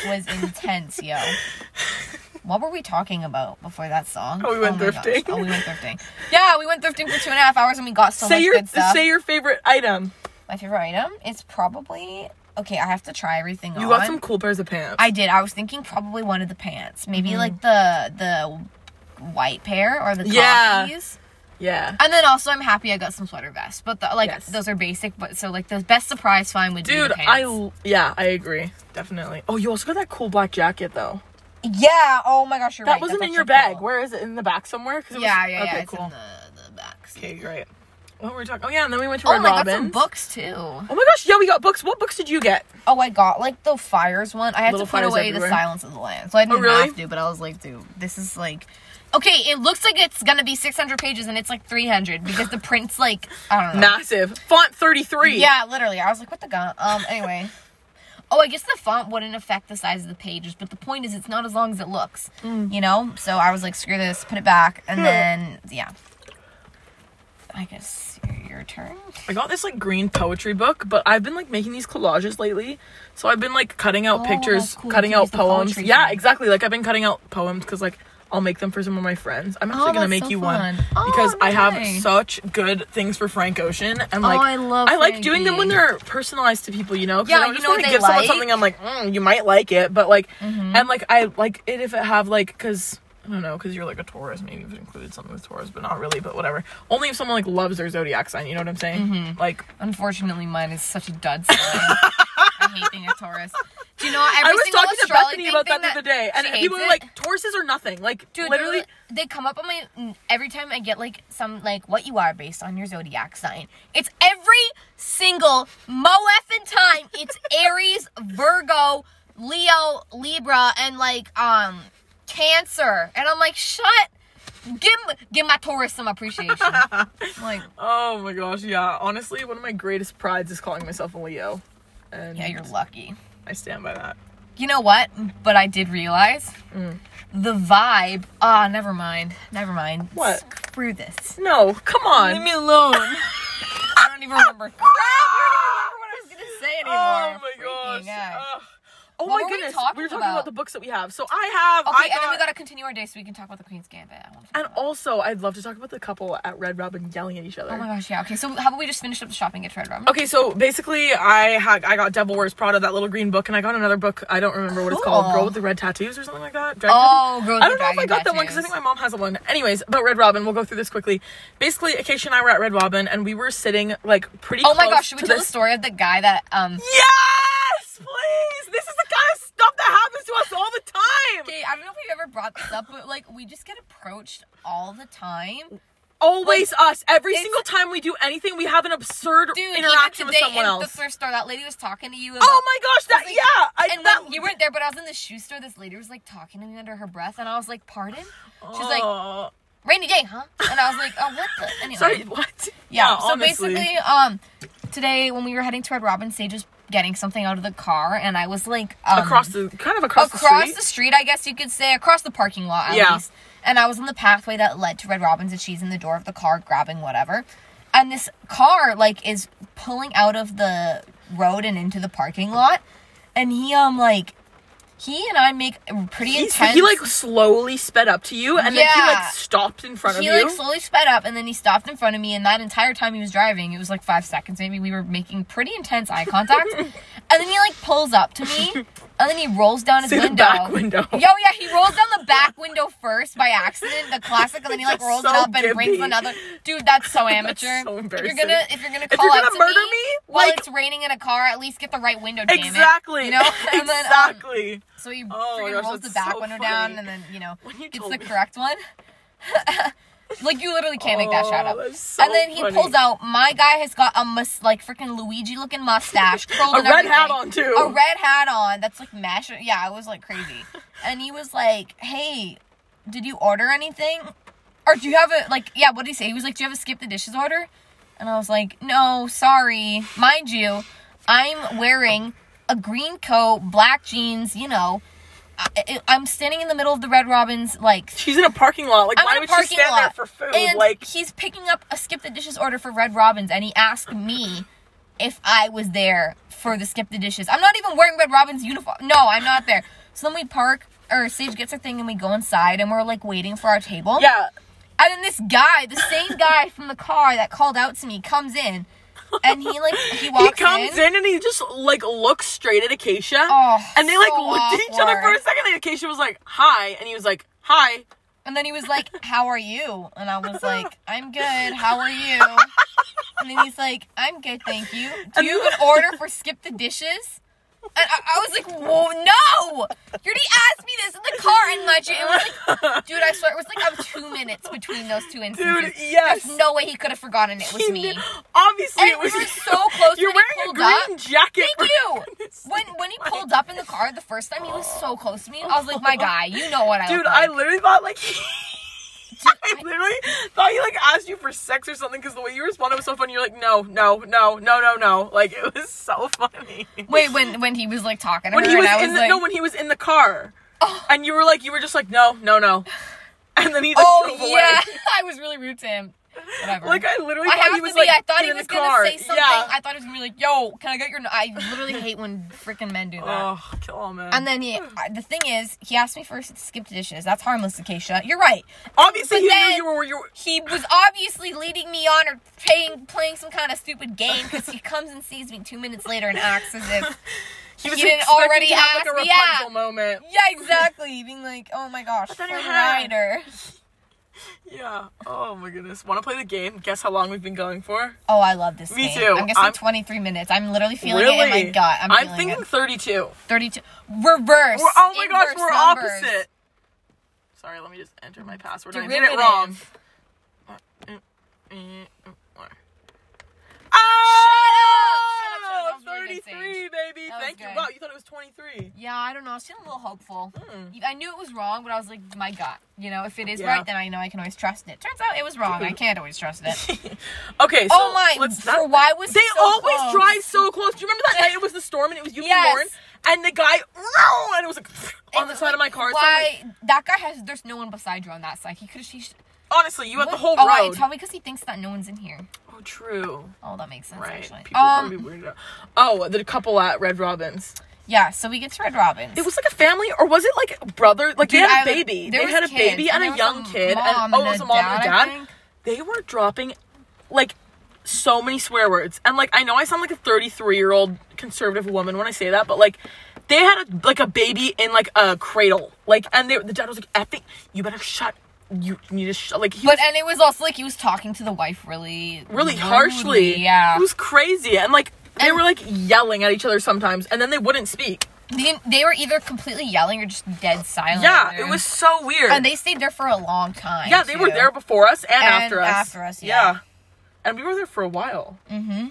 B: was intense, yo. What were we talking about before that song?
A: Oh, we went
B: my gosh.
A: thrifting.
B: Oh, we went thrifting. Yeah, we went thrifting for two and a half hours and we got so
A: say
B: much
A: your
B: good stuff.
A: say your favorite item.
B: My favorite item is probably okay. I have to try everything
A: You
B: on.
A: got some cool pairs of pants.
B: I did. I was thinking probably one of the pants, maybe
A: Mm-hmm.
B: like the the white pair or the
A: Yeah.
B: khakis.
A: yeah.
B: And then also, I'm happy I got some sweater vests, but the, like
A: Yes.
B: those are basic. But so like the best surprise find would be
A: Dude,
B: the pants.
A: I l- yeah, I agree. Definitely. Oh, you also got that cool black jacket though.
B: yeah. Oh my gosh, you're
A: That
B: right.
A: wasn't
B: That's
A: in your
B: actually
A: bag.
B: cool.
A: Where is it? In the back somewhere? 'Cause it was-
B: Yeah, yeah,
A: okay,
B: yeah. It's
A: cool.
B: in the, the back seat.
A: okay, great. What were we talking? Oh yeah, and then we went to
B: Oh
A: Red
B: my god, some
A: Robin's.
B: books too.
A: Oh my gosh, yeah, we got books. What books did you get?
B: Oh, I got like the fires one. I had
A: Little
B: to put
A: fires
B: away
A: everywhere. Oh,
B: the Silence of the Lambs, so I didn't
A: really?
B: have to. But I was like, dude, this is like, okay, it looks like it's gonna be 600 pages, and it's like 300 because the print's like, I don't know.
A: Massive. Font 33.
B: Yeah, literally. I was like, what the gun? Um, anyway. Oh, I guess the font wouldn't affect the size of the pages, but the point is, it's not as long as it looks,
A: Mm.
B: you know. So I was like, "Screw this, put it back," and
A: Yeah.
B: then yeah. I guess your, your turn.
A: I got this like green poetry book, but I've been like making these collages lately. So I've been like cutting out
B: Oh,
A: pictures,
B: that's cool.
A: cutting
B: You can
A: out
B: use the poetry
A: poems. Yeah,
B: thing.
A: exactly. Like I've been cutting out poems because like I'll make them for some of my friends. I'm actually gonna
B: Oh, that's
A: make
B: so
A: you one
B: fun. Oh,
A: because
B: no
A: I have
B: way.
A: such good things for Frank Ocean. And like
B: I love
A: I like doing them when
B: Frankie.
A: they're personalized to people. You know, 'Cause
B: Yeah,
A: I
B: you
A: just
B: know
A: want
B: what
A: to
B: they
A: give someone
B: like.
A: something. I'm like, Mm-hmm. mm, you might like it, but like, and like I like it if it have like because. I don't know, because you're like a Taurus. Maybe if it included something with Taurus, but not really. But whatever. Only if someone like loves their zodiac sign. You know what I'm saying? Like,
B: Unfortunately, mine is such a dud sign. I hate being a Taurus. Do you know what? Every
A: I was
B: single
A: talking to
B: astrology
A: Bethany about
B: thing
A: that the other day, and
B: she hates
A: people were
B: it.
A: like, "Tauruses are nothing." Like,
B: Dude,
A: literally,
B: literally, they come up on my every time I get like some like what you are based on your zodiac sign. It's every single mo effing time. It's Aries, Virgo, Leo, Libra, and like um Cancer, and I'm like, shut. Give m- give my Taurus some appreciation. I'm like,
A: oh my gosh, yeah. Honestly, one of my greatest prides is calling myself a Leo, and
B: yeah, you're lucky.
A: I stand by that.
B: You know what? But I did realize
A: Mm.
B: the vibe. Ah, never mind. Never mind.
A: What?
B: Screw this.
A: No, come on.
B: Leave me alone. I don't even remember. Crap! I don't even remember what I was gonna say anymore.
A: oh my
B: Freaking
A: gosh.
B: out.
A: Ugh. Oh
B: What
A: my
B: were we
A: goodness.
B: talking
A: we were talking about?
B: about?
A: the books that we have. So I have.
B: Okay,
A: I
B: and then we
A: got-
B: gotta continue our day so we can talk about the Queen's Gambit. I want to
A: and also, I'd love to talk about the couple at Red Robin yelling at each other.
B: Oh my gosh, yeah. Okay, so how about we just finish up the shopping at Red Room?
A: Okay, so basically, I had I got Devil Wears Prada, that little green book, and I got another book. I don't remember what it's called.
B: Cool.
A: Girl with the Red Tattoos or something like that. Dragon
B: Oh,
A: Tattoo?
B: Girl with
A: I don't
B: the
A: know if I
B: Dragon
A: got that one because I
B: Tattoos.
A: think my mom has one. Anyways, about Red Robin, we'll go through this quickly. Basically, Acacia and I were at Red Robin, and we were sitting like pretty.
B: Oh my
A: close
B: gosh, should we
A: to
B: tell
A: this-
B: the story of the guy that um
A: Yes, please. This is the kind of stuff that happens to us all the time.
B: Okay, I don't know if we've ever brought this up, but like we just get approached all the time.
A: Always us. Every
B: it's-
A: single time we do anything, we have an absurd
B: Dude,
A: interaction
B: even
A: with
B: today
A: someone
B: in
A: else.
B: the thrift store, that lady was talking to you. About,
A: oh my gosh, that
B: like-
A: yeah. I,
B: and
A: that,
B: when you weren't there, but I was in the shoe store. This lady was like talking to me under her breath, and I was like, "Pardon?" She's like,
A: Oh.
B: "Rainy day, huh?" And I was like, "Oh, what the?" Anyway,
A: Sorry, what?
B: yeah. so
A: honestly.
B: basically, um, today when we were heading to Red Robin, Sage was getting something out of the car, and I was like, um,
A: across the kind of across,
B: across
A: the street.
B: I guess you could say, across the parking lot at
A: Yeah.
B: least. And I was on the pathway that led to Red Robin's, and she's in the door of the car grabbing whatever. And this car like is pulling out of the road and into the parking lot, and he um like he and I make a pretty
A: He-
B: intense.
A: He like slowly sped up to you, and then he
B: Yeah.
A: like stopped in front
B: he
A: of you.
B: like slowly sped up, and then he stopped in front of me. And that entire time he was driving, it was like five seconds maybe. We were making pretty intense eye contact, and then he like pulls up to me, and then he rolls down his
A: See the
B: window.
A: back window.
B: Yo, yeah, he rolls down the back window first by accident, the classic, and then he like
A: That's
B: rolls
A: so
B: it up and
A: gimpy.
B: brings another. Dude, that's so amateur.
A: so
B: if you're
A: embarrassing.
B: gonna if you're gonna
A: If
B: call
A: you're
B: out
A: gonna
B: to
A: murder
B: me,
A: me,
B: while
A: like-
B: it's raining in a car, at least get the right window. damn it.
A: exactly.
B: You know, and then, um,
A: exactly.
B: so he
A: Oh my
B: freaking
A: gosh,
B: rolls the
A: that's
B: back
A: so
B: window
A: funny.
B: down, and then you know
A: When you
B: gets
A: told
B: the
A: me.
B: correct one. like you literally can't make that
A: Oh,
B: shot up.
A: that's so
B: and then he
A: funny.
B: pulls out. My guy has got a mus- like freaking Luigi looking mustache, curled
A: A
B: oh, and
A: red hat
B: everything.
A: on too.
B: A red hat on. That's like mash. Yeah, it was like crazy. And he was like, "Hey, did you order anything? Or do you have a like? Yeah, what did he say? He was like, "Do you have a skip the dishes order?" And I was like, "No, sorry. Mind you, I'm wearing a green coat, black jeans. You know, I, I- I'm standing in the middle of the Red Robins like."
A: She's in a parking lot. Like,
B: I'm
A: why
B: in a
A: would
B: parking
A: she stand
B: lot,
A: there for food?
B: and
A: like,
B: he's picking up a skip the dishes order for Red Robins, and he asked me if I was there for the skip the dishes. I'm not even wearing Red Robin's uniform. No, I'm not there. So then we park, or Sage gets her thing, and we go inside, and we're like waiting for our table.
A: yeah.
B: And then this guy, the same guy from the car that called out to me, comes in, and he like he walks
A: He comes in. and he just like looks straight at Acacia,
B: Oh,
A: and they like
B: so
A: looked at each other for a
B: awkward.
A: second. And Acacia was like, "Hi," and he was like, "Hi."
B: And then he was like, How are you? And I was like, I'm good. How are you? And then he's like, I'm good. Thank you. Do you have an order for skip the dishes? And I, I was like, Whoa, no! You already asked me this in the car. And mind you, it was like, dude, I swear, it was like up two minutes between those two instances.
A: yes.
B: There's no way he could have forgotten it was
A: He
B: me.
A: knew- Obviously,
B: And
A: it
B: we
A: was
B: were so close
A: You're
B: when he
A: wearing a
B: pulled
A: green
B: up.
A: jacket. for
B: Thank you.
A: goodness
B: When when he pulled up in the car the first time, he was so close to me. I was like, my guy, you know what I
A: Dude,
B: look like.
A: I literally thought like he. I literally thought he like asked you for sex or something because the way you responded was so funny. You're like, no, no, no, no, no, no. Like it was so funny.
B: Wait, when when he was like talking to
A: when
B: her,
A: he was,
B: and I was
A: in the,
B: like, Oh.
A: no, when he was in the car, and you were like, you were just like, no, no, no, and then he just
B: Oh
A: drove away.
B: yeah, I was really rude to him. Whatever.
A: Like I literally
B: I
A: thought
B: have
A: he was
B: to be.
A: like,
B: I thought
A: get
B: he
A: in
B: was
A: the
B: gonna
A: car.
B: say something.
A: Yeah.
B: I thought he was gonna be like, "Yo, can I get your?" n-" I literally hate when freaking men do that.
A: oh, kill all men.
B: And then he, I- the thing is, he asked me first to skip the dishes. That's harmless, Acacia. You're right.
A: obviously
B: but
A: he knew
B: then-
A: you were. You were
B: He was obviously leading me on or playing playing some kind of stupid game because he comes and sees me two minutes later and acts as if
A: he was
B: he didn't
A: expecting
B: already
A: to have like a
B: ask me,
A: Rapunzel
B: yeah.
A: moment.
B: yeah, exactly, being like, "Oh my gosh,
A: Put on your
B: Flynn
A: hat."
B: Rider."
A: Yeah. Oh my goodness. Want to play the game? Guess how long we've been going for?
B: Oh, I love this
A: Me
B: game.
A: too.
B: I'm guessing
A: I'm-
B: 23 minutes. I'm literally feeling
A: really?
B: it in my gut. I'm, feeling
A: thinking
B: it.
A: 32.
B: 32. Reverse.
A: We're, oh my gosh,
B: Inverse
A: we're
B: numbers.
A: opposite. Sorry, let me just enter my password. I did it
B: Derivative.
A: wrong. Oh,
B: Shut up, shut up, that was really good,
A: 33,
B: Sage.
A: baby.
B: That was
A: Thank you.
B: good.
A: Wow, you thought it was 23.
B: Yeah, I don't know. I was feeling a little hopeful. I knew it was wrong, but I was like, my gut. You know, if it is
A: Hmm. Yeah.
B: right, then I know I can always trust it. Turns out it was wrong. I can't always trust it.
A: Okay, so
B: oh my!
A: let's-
B: for why was
A: They
B: it so
A: always
B: close?
A: drive so close. Do you remember that night it was the storm and it was you
B: Yes.
A: and Lauren? And the guy, "Row!" and it was like on the
B: It's
A: side of my
B: like,
A: car. So I'm like,
B: Why that guy has? There's no one beside you on that side. He could. He should,
A: honestly, you had the
B: what-
A: whole
B: oh,
A: road.
B: It's probably because he thinks that no one's in here.
A: oh, true.
B: Oh, that makes sense.
A: Right.
B: Actually.
A: People
B: um.
A: probably weirded out. Oh, the couple at Red Robin's.
B: Yeah, so we get to Red Robin's.
A: It was like a family, or was it like brother? Like they
B: Dude,
A: had a
B: I-
A: baby.
B: there
A: They
B: was
A: had a
B: kids,
A: baby and,
B: and there
A: a
B: was
A: young
B: a
A: kid,
B: mom
A: and oh,
B: and
A: it was
B: a
A: a mom and a
B: dad, I
A: dad. They were dropping like so many swear words, and like I know I sound like a thirty-three-year-old conservative woman when I say that, but like they had a, like a baby in like a cradle, like, and they, the dad was like, "I think you better shut." You need to shut." like he
B: but
A: was
B: and it was also like he was talking to the wife really,
A: really
B: rudely,
A: harshly.
B: Yeah,
A: It was crazy. And like they
B: And-
A: were like yelling at each other sometimes and then they wouldn't speak.
B: they, they were either completely yelling or just dead silent.
A: Yeah,
B: There.
A: it was so weird.
B: Oh, and they stayed there for a long time.
A: yeah, they were
B: too.
A: there before us and,
B: And
A: after us.
B: after us, yeah. Mm-hmm.
A: And we were there for a while. Mhm.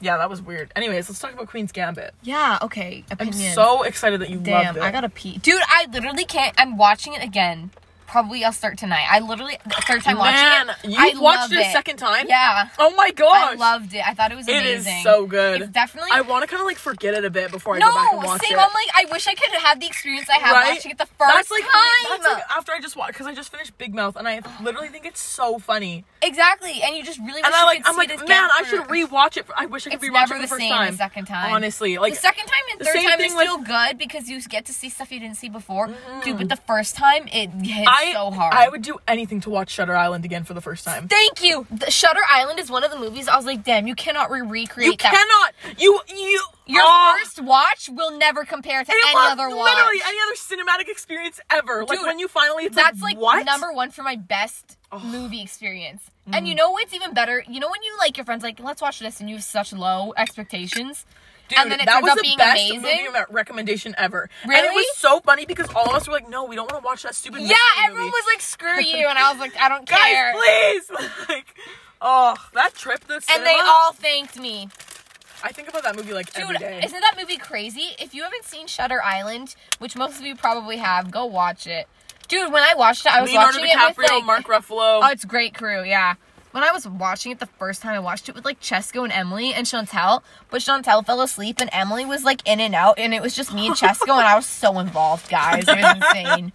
A: Yeah, that was weird. Anyways, let's talk about Queen's Gambit.
B: Yeah. Okay.
A: I'm
B: Opinion.
A: so excited that you loved
B: Damn,
A: it.
B: I gotta pee. Dude, I literally can't. I'm watching it again. Probably I'll start tonight. I literally third time
A: Man,
B: watching it.
A: you
B: I
A: watched
B: love
A: it a second time?
B: Yeah.
A: Oh my gosh.
B: I loved it. I thought it was
A: It is
B: amazing.
A: so good.
B: It's definitely
A: I want to kind of like forget it a bit before I
B: no.
A: go back and watch
B: same.
A: it.
B: I'm like, I wish I could have had the experience I had watching it the first
A: that's like,
B: time. Oh.
A: That's like after I just watched because I just finished Big Mouth and I literally think it's so funny.
B: exactly. And you just really.
A: And
B: wish
A: I
B: you
A: like
B: could
A: I'm
B: see
A: like
B: it again
A: man I
B: for-
A: should rewatch it. For, I wish I could
B: It's
A: rewatch
B: never
A: it
B: the
A: for the first
B: same
A: time.
B: the second time.
A: Honestly, like
B: the second time and
A: the
B: third
A: same
B: time
A: thing
B: is
A: with- Mm-hmm.
B: still good because you get to see stuff you didn't see before. Dude, but the first time it hits
A: I
B: so hard.
A: I would do anything to watch Shutter Island again for the first time.
B: Thank you. The Shutter Island is one of the movies I was like, damn, you cannot re- recreate
A: You
B: that.
A: cannot you you
B: Your
A: oh,
B: first watch will never compare to
A: it
B: any
A: was
B: other watch.
A: literally any other cinematic experience ever. like
B: Dude,
A: when you finally it's
B: That's like
A: what
B: number one for my best movie experience. And you
A: Mm.
B: know what's even better? You know when you like your friends like, let's watch this, and you have such low expectations,
A: Dude,
B: and then it
A: that
B: turns
A: was
B: out
A: the
B: being
A: best
B: amazing.
A: movie re- recommendation ever. And it
B: Really?
A: was so funny because all of us were like, no, we don't want to watch that stupid
B: yeah,
A: mystery
B: everyone
A: movie.
B: was like, "Screw you," and I was like, "I don't
A: guys,
B: care."
A: please. like, oh, that trip to the
B: and
A: cinema.
B: they all thanked me.
A: I think about that movie like every
B: Dude,
A: day.
B: isn't that movie crazy? If you haven't seen Shutter Island, which most of you probably have, go watch it. Dude, when I watched it, I was
A: Leonardo
B: watching it with
A: DiCaprio,
B: like,
A: Mark Ruffalo.
B: oh, it's great crew, yeah. When I was watching it the first time, I watched it with like Chesco and Emily and Chantel, but Chantel fell asleep and Emily was like in and out, and it was just me and Chesco, and I was so involved, guys. It was insane.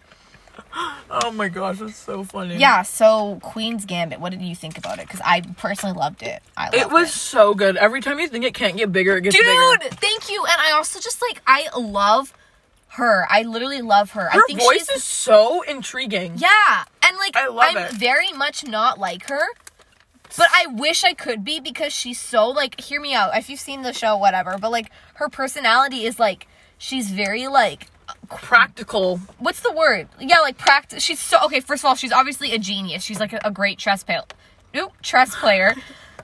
A: oh my gosh, that's so funny.
B: Yeah. So Queen's Gambit, what did you think about it? Because I personally loved it. I loved
A: It was so good. Every time you think it can't get bigger, it gets
B: Dude,
A: bigger.
B: thank you. And I also just like I love her. I literally love her.
A: Her
B: I think
A: voice
B: she's
A: is so intriguing.
B: yeah, and like
A: I love
B: am
A: it.
B: very much not like her, but I wish I could be because she's so like. Hear me out. If you've seen the show, whatever. But like her personality is like she's very like
A: Practical.
B: what's the word? Yeah, like practice. She's so okay. First of all, she's obviously a genius. She's like a, a great chess player. Oop, chess player.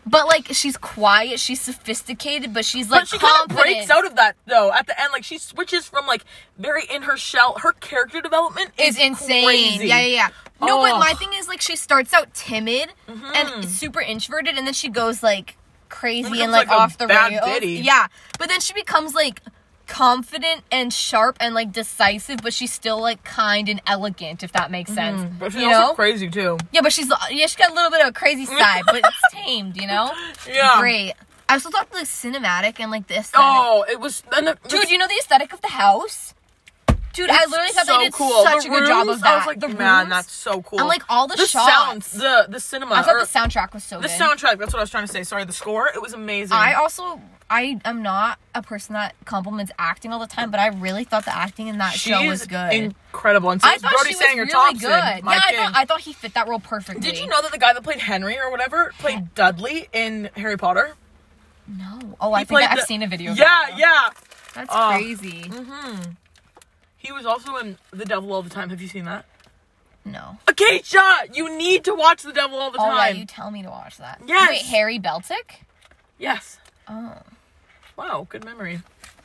B: But like she's quiet, she's sophisticated, but she's like
A: But she kind of
B: confident.
A: breaks out of that though at the end. Like she switches from like very in her shell. Her character development is,
B: is insane.
A: crazy.
B: Yeah, yeah, yeah. No,
A: Ugh.
B: but
A: Mm-hmm.
B: my thing is like she starts out timid and super introverted, and then she goes like crazy and
A: Becomes,
B: like,
A: like, a
B: off the
A: bad
B: rails.
A: bitty.
B: Yeah, but then she becomes like confident and sharp and like decisive, but she's still like kind and elegant, if that makes sense.
A: Mm-hmm. But she's
B: you
A: also
B: know?
A: crazy too.
B: yeah, but she's yeah, she's got a little bit of a crazy side, but it's tamed, you know.
A: Yeah.
B: Great. I also thought the cinematic and like the aesthetic.
A: Oh, it was and the,
B: Dude, you know the aesthetic of the house? Dude, I
A: It's
B: literally thought
A: so
B: they did
A: cool.
B: such
A: The
B: a good job
A: rooms,
B: of that.
A: I was like,
B: the
A: man,
B: rooms.
A: that's so cool.
B: And, like, all the shots.
A: sounds, the the cinema.
B: I
A: or
B: thought the soundtrack was so
A: the
B: good.
A: soundtrack. That's what I was trying to say. Sorry, the score. It was amazing.
B: I also I am not a person that compliments acting all the time, but I really thought the acting in that show was good.
A: Incredible. And so
B: I
A: is
B: thought
A: Brody
B: she was
A: Sanger
B: really
A: Thompson.
B: good. Yeah,
A: my
B: I
A: king.
B: thought, I thought he fit that role perfectly.
A: Did you know that the guy that played Henry or whatever played Dudley in Harry Potter?
B: No. Oh, I
A: He
B: think
A: played
B: that I've
A: the-
B: seen a video. of
A: Yeah,
B: that now.
A: yeah.
B: That's
A: Oh.
B: crazy.
A: He was also in The Devil All the Time. Have you seen that?
B: No.
A: Acacia, you need to watch The Devil All the
B: Oh yeah,
A: Time.
B: you tell me to watch that.
A: Yes.
B: Wait, Harry Beltic?
A: yes.
B: Oh.
A: Wow, good memory.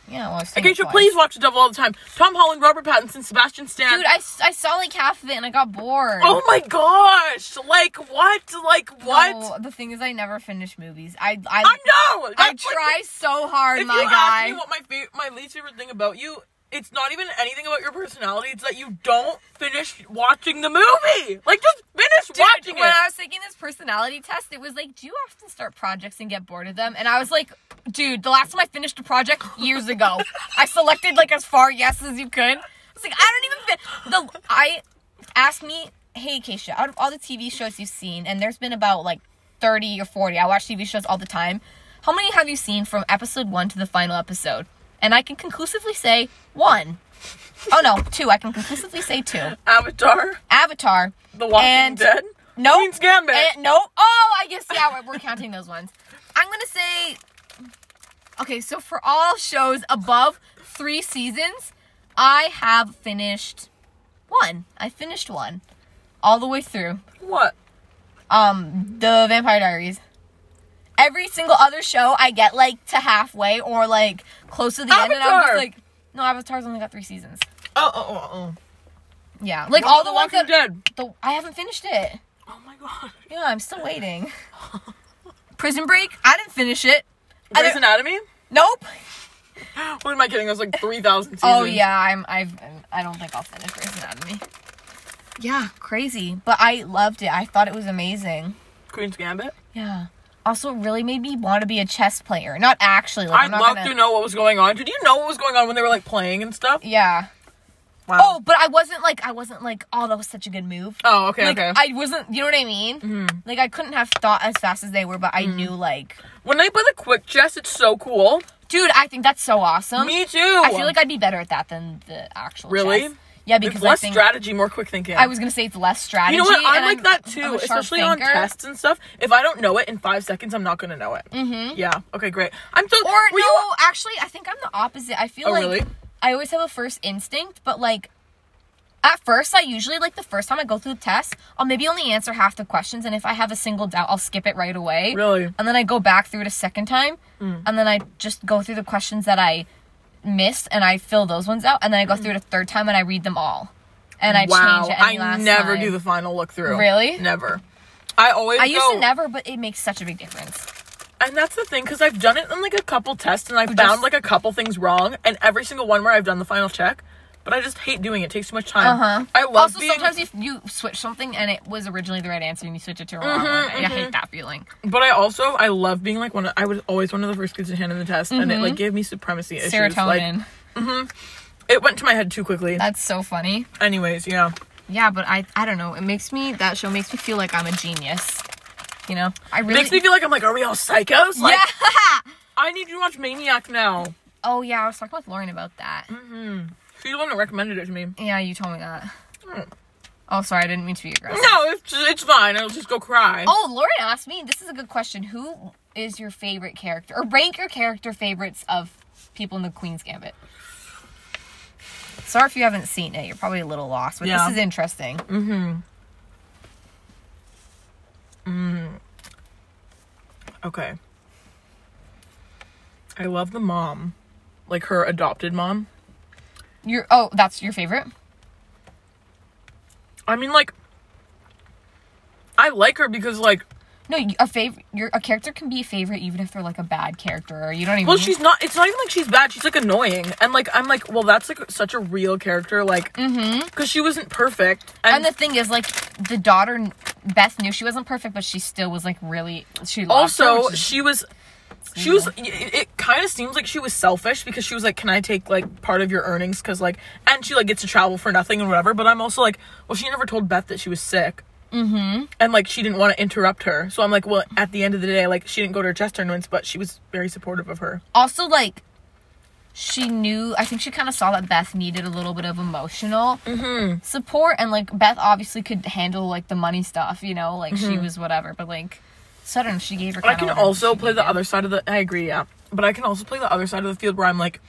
B: Yeah, well, I've seen it
A: Acacia,
B: twice.
A: please watch The Devil All the Time. Tom Holland, Robert Pattinson, Sebastian Stan.
B: Dude, I, s- I saw like half of it and I got bored.
A: oh my gosh! Like what? Like what?
B: No, the thing is, I never finish movies. I I,
A: I know.
B: I
A: That's like-
B: try so hard,
A: If
B: my
A: you ask
B: guy.
A: me what my favorite, my least favorite thing about you, it's not even anything about your personality. It's that you don't finish watching the movie. Like just finish watching
B: Dude, when
A: it.
B: I was taking this personality test, it was like, do you often start projects and get bored of them? And I was like, dude, the last time I finished a project years ago, I selected like as far yes as you could. I was like, I don't even fit. The I asked me, hey, Keisha, out of all the TV shows you've seen, and there's been about like 30 or 40. I watch TV shows all the time. How many have you seen from episode one to the final episode? and I can conclusively say one. Oh no, two. I can conclusively say two.
A: Avatar,
B: Avatar.
A: The Walking
B: and-
A: Dead,
B: No.
A: Queen's Gambit.
B: And, no. Oh, I guess yeah, we're, we're counting those ones. I'm gonna say. Okay, so for all shows above three seasons, I have finished one. I finished one, all the way through.
A: what?
B: Um, the Vampire Diaries. Every single other show, I get like to halfway or like close to the end, and I'm
A: Avatar!
B: just like, no, Avatar's only got three seasons.
A: Oh, oh, oh, oh.
B: Yeah,
A: What
B: like all
A: about
B: the ones
A: Walking
B: that
A: Dead.
B: the, I haven't finished it.
A: Oh my god.
B: Yeah, I'm still waiting. Prison Break. I didn't finish it. I
A: Grey's
B: don't-
A: Anatomy.
B: Nope.
A: What am I kidding? There's like three thousand seasons.
B: Oh yeah, I'm. I've. I don't think I'll finish Grey's Anatomy. Yeah, crazy. But I loved it. I thought it was amazing.
A: Queen's Gambit.
B: Yeah. Also, it really made me want to be a chess player. Not actually. Like, I'm
A: I'd
B: not
A: love
B: gonna-
A: to know what was going on. Did you know what was going on when they were like playing and stuff?
B: Yeah.
A: Wow.
B: Oh, but I wasn't like. I wasn't like. Oh, that was such a good move.
A: uh, Oh, okay,
B: Like,
A: okay. Mm-hmm.
B: I wasn't. You know what I mean? Like I couldn't have thought as fast as they were, but I knew like.
A: when they play the quick chess, it's so cool.
B: Dude, I think that's so awesome.
A: Me too.
B: I feel like I'd be better at that than the actual.
A: Really?
B: chess. Yeah, because
A: it's
B: I
A: less
B: think
A: strategy, more quick thinking.
B: I was gonna say it's less strategy.
A: You know what? I'm
B: and
A: like that too,
B: I'm a sharp
A: especially on
B: thinker.
A: tests and stuff. If I don't know it in five seconds, I'm not gonna know it. Mm-hmm. Yeah. Okay. Great. I'm so.
B: Or
A: were
B: no,
A: you-
B: actually, I think I'm the opposite. I feel
A: Oh,
B: like
A: really?
B: I always have a first instinct, but like at first, I usually like the first time I go through the test, I'll maybe only answer half the questions, and if I have a single doubt, I'll skip it right away.
A: Really? Mm.
B: And then I go back through it a second time, and then I just go through the questions that I missed, and I fill those ones out, and then I go through it a third time, and I read them all, and I
A: Mm. wow.
B: change it.
A: I
B: Any last
A: never
B: time.
A: do the final look through.
B: Really?
A: Never. I always.
B: I used
A: go-
B: to never, but it makes such a big difference.
A: And that's the thing, because I've done it in like a couple tests, and I found
B: just-
A: like a couple things wrong, and every single one where I've done the final check. But I just hate doing it. it takes too much time.
B: Uh-huh.
A: I love
B: also,
A: being,
B: sometimes if you switch something and it was originally the right answer and you switch it to a wrong one, I hate that feeling.
A: but I also I love being like one. Of, I was always one of the first kids to hand in the test, and it like gave me supremacy issues.
B: Mm-hmm. Serotonin.
A: Like, it went to my head too quickly.
B: That's so funny.
A: Anyways, yeah.
B: Yeah, but I I don't know. It makes me that show makes me feel like I'm a genius. You know, I really
A: Makes me feel like I'm like, are we all psychos? Like,
B: yeah.
A: I need you to watch Maniac now.
B: oh yeah, I was talking with Lauren about that.
A: She's the one that recommended it to me.
B: Yeah, you told me that. Oh, sorry, I didn't mean to be aggressive.
A: No, it's it's fine. I'll just go cry.
B: Oh, Lauren asked me. This is a good question. Who is your favorite character, or rank your character favorites of people in the Queen's Gambit? Sorry if you haven't seen it. You're probably a little lost, but
A: Yeah.
B: this is interesting.
A: Okay. I love the mom, like her adopted mom.
B: Your oh, that's your favorite.
A: I mean, like, I like her because like,
B: No, you- a favorite. Your a character can be a favorite even if they're like a bad character or you don't even.
A: well, she's not. It's not even like she's bad. She's like annoying, and like I'm like, well, that's like such a real character, like, because she wasn't perfect,
B: Mm-hmm. And the thing is, like the daughter Beth knew she wasn't perfect, but she still was like really she. loved her,
A: also
B: which is-
A: she was she was it, it kind of seems like she was selfish because she was like can i take like part of your earnings because like and she like gets to travel for nothing and whatever but i'm also like well she never told beth that she was sick mm-hmm. and like she didn't want to interrupt her so i'm like well at the end of the day like she didn't go to her chess tournaments but she was very supportive of her
B: also like she knew i think she kind of saw that beth needed a little bit of emotional
A: Mm-hmm.
B: support and like beth obviously could handle like the money stuff you know like she was whatever but like so i don't know she gave her
A: Mm-hmm. i can
B: kinda whatever
A: also
B: she
A: play the
B: needed.
A: other side of the i agree yeah but i can also play the other side of the field where i'm like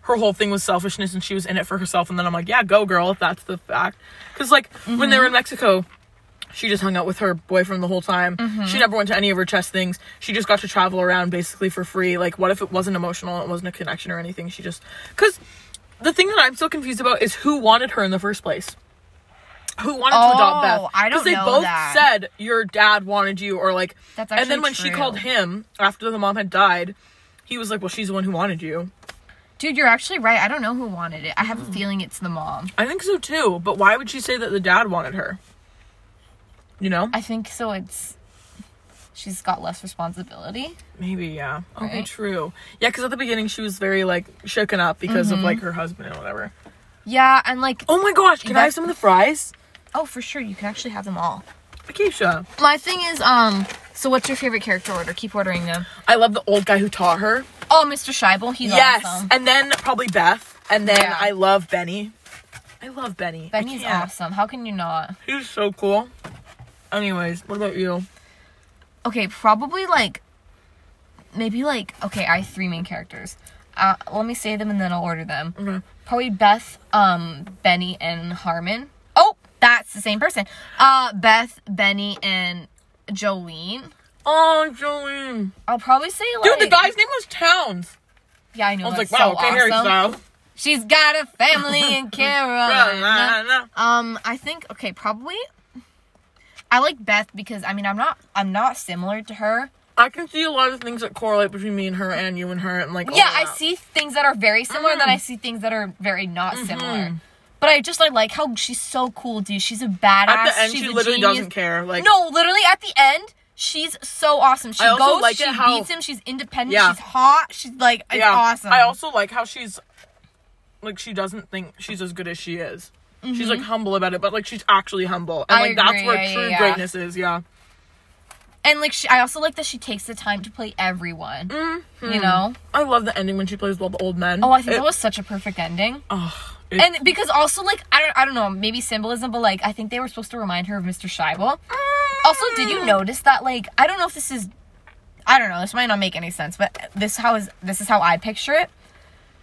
A: her whole thing was selfishness and she was in it for herself and then i'm like yeah go girl if that's the fact because like when
B: Mm-hmm.
A: they were in mexico she just hung out with her boyfriend the whole time
B: Mm-hmm.
A: she never went to any of her chess things she just got to travel around basically for free like what if it wasn't emotional it wasn't a connection or anything she just because the thing that i'm so confused about is who wanted her in the first place who wanted to adopt
B: Oh,
A: Beth?
B: I don't
A: they
B: know
A: both
B: that.
A: said your dad wanted you, or like.
B: That's
A: and then
B: actually
A: when she
B: true.
A: called him after the mom had died, he was like, "Well, she's the one who wanted you."
B: dude you're actually right i don't know who wanted it i have
A: Mm-hmm.
B: a feeling it's the mom
A: I think so too, but why would she say that the dad wanted her? You know?
B: i think so it's she's got less responsibility
A: Maybe, yeah. Okay,
B: Right.
A: true. Yeah, because at the beginning she was very, like, shaken up because
B: Mm-hmm.
A: of, like, her husband and whatever.
B: yeah and like
A: Oh my gosh, can I have some of the fries?
B: oh for sure you can actually have them all
A: Akeisha.
B: my thing is um so what's your favorite character order keep ordering them
A: I love the old guy who taught her.
B: Oh, Mr. Scheibel, he's
A: yes,
B: awesome.
A: and then probably Beth, and then
B: Yeah.
A: I love Benny. I love Benny. I
B: Benny's
A: can't.
B: awesome. How can you not?
A: He's so cool. Anyways, what about you?
B: Okay, probably like maybe like okay, I have three main characters. Uh, let me say them and then I'll order them.
A: Okay.
B: Probably Beth, um, Benny, and Harmon. Oh, that's the same person. Uh, Beth, Benny, and Jolene.
A: Oh, Jolene.
B: I'll probably say
A: Dude,
B: like
A: the guy's name was Towns.
B: Yeah, I know.
A: I was
B: that's
A: like, wow,
B: so
A: okay, Harry
B: awesome. Uh-huh.
A: Styles.
B: She's got a family in Carolina. Um, I think okay, probably. I like Beth because I mean I'm not I'm not similar to her.
A: I can see a lot of things that correlate between me and her and you and her and like
B: yeah, I
A: overlap.
B: see things that are very similar, then I see things that are very not similar. But I just I like how she's so cool, dude. She's a badass.
A: At the end,
B: she's
A: she
B: a
A: literally
B: genius.
A: doesn't care. Like
B: No, literally at the end, she's so awesome. She
A: I also
B: goes,
A: like
B: she
A: it how-
B: beats him, she's independent,
A: Yeah.
B: she's hot, she's like it's
A: yeah.
B: awesome.
A: I also like how she's like she doesn't think she's as good as she is. She's like humble about it, but like she's actually humble, and
B: Mm-hmm. I
A: like that's
B: agree,
A: where
B: yeah,
A: true
B: yeah, yeah.
A: greatness is. Yeah.
B: and like she, I also like that she takes the time to play everyone. You know?
A: I love the ending when she plays all the old men.
B: Oh, I think
A: Mm-hmm. It-
B: that was such a perfect ending.
A: oh, it-
B: And because also like I don't I don't know maybe symbolism, but like I think they were supposed to remind her of Mr. Scheibel. Also, did you notice that like I don't know if this is I don't know, this might not make any sense, but this how is this is how I picture it.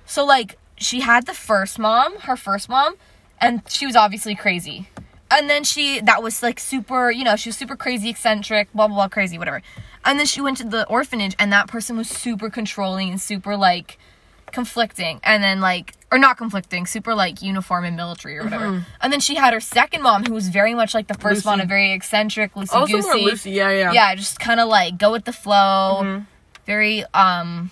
B: So like she had the first mom, her first mom, and she was obviously crazy. And then she that was like super, you know, she was super crazy, eccentric, blah blah blah, crazy, whatever. And then she went to the orphanage and that person was super controlling and super like conflicting and then like or not conflicting, super like uniform and military or whatever. And then she had her second mom who was very much like the first one,
A: Lucy.
B: a very eccentric, loosey
A: also more
B: goosey
A: Lucy. Yeah, yeah.
B: yeah Mm-hmm. just kind of like go with the flow very um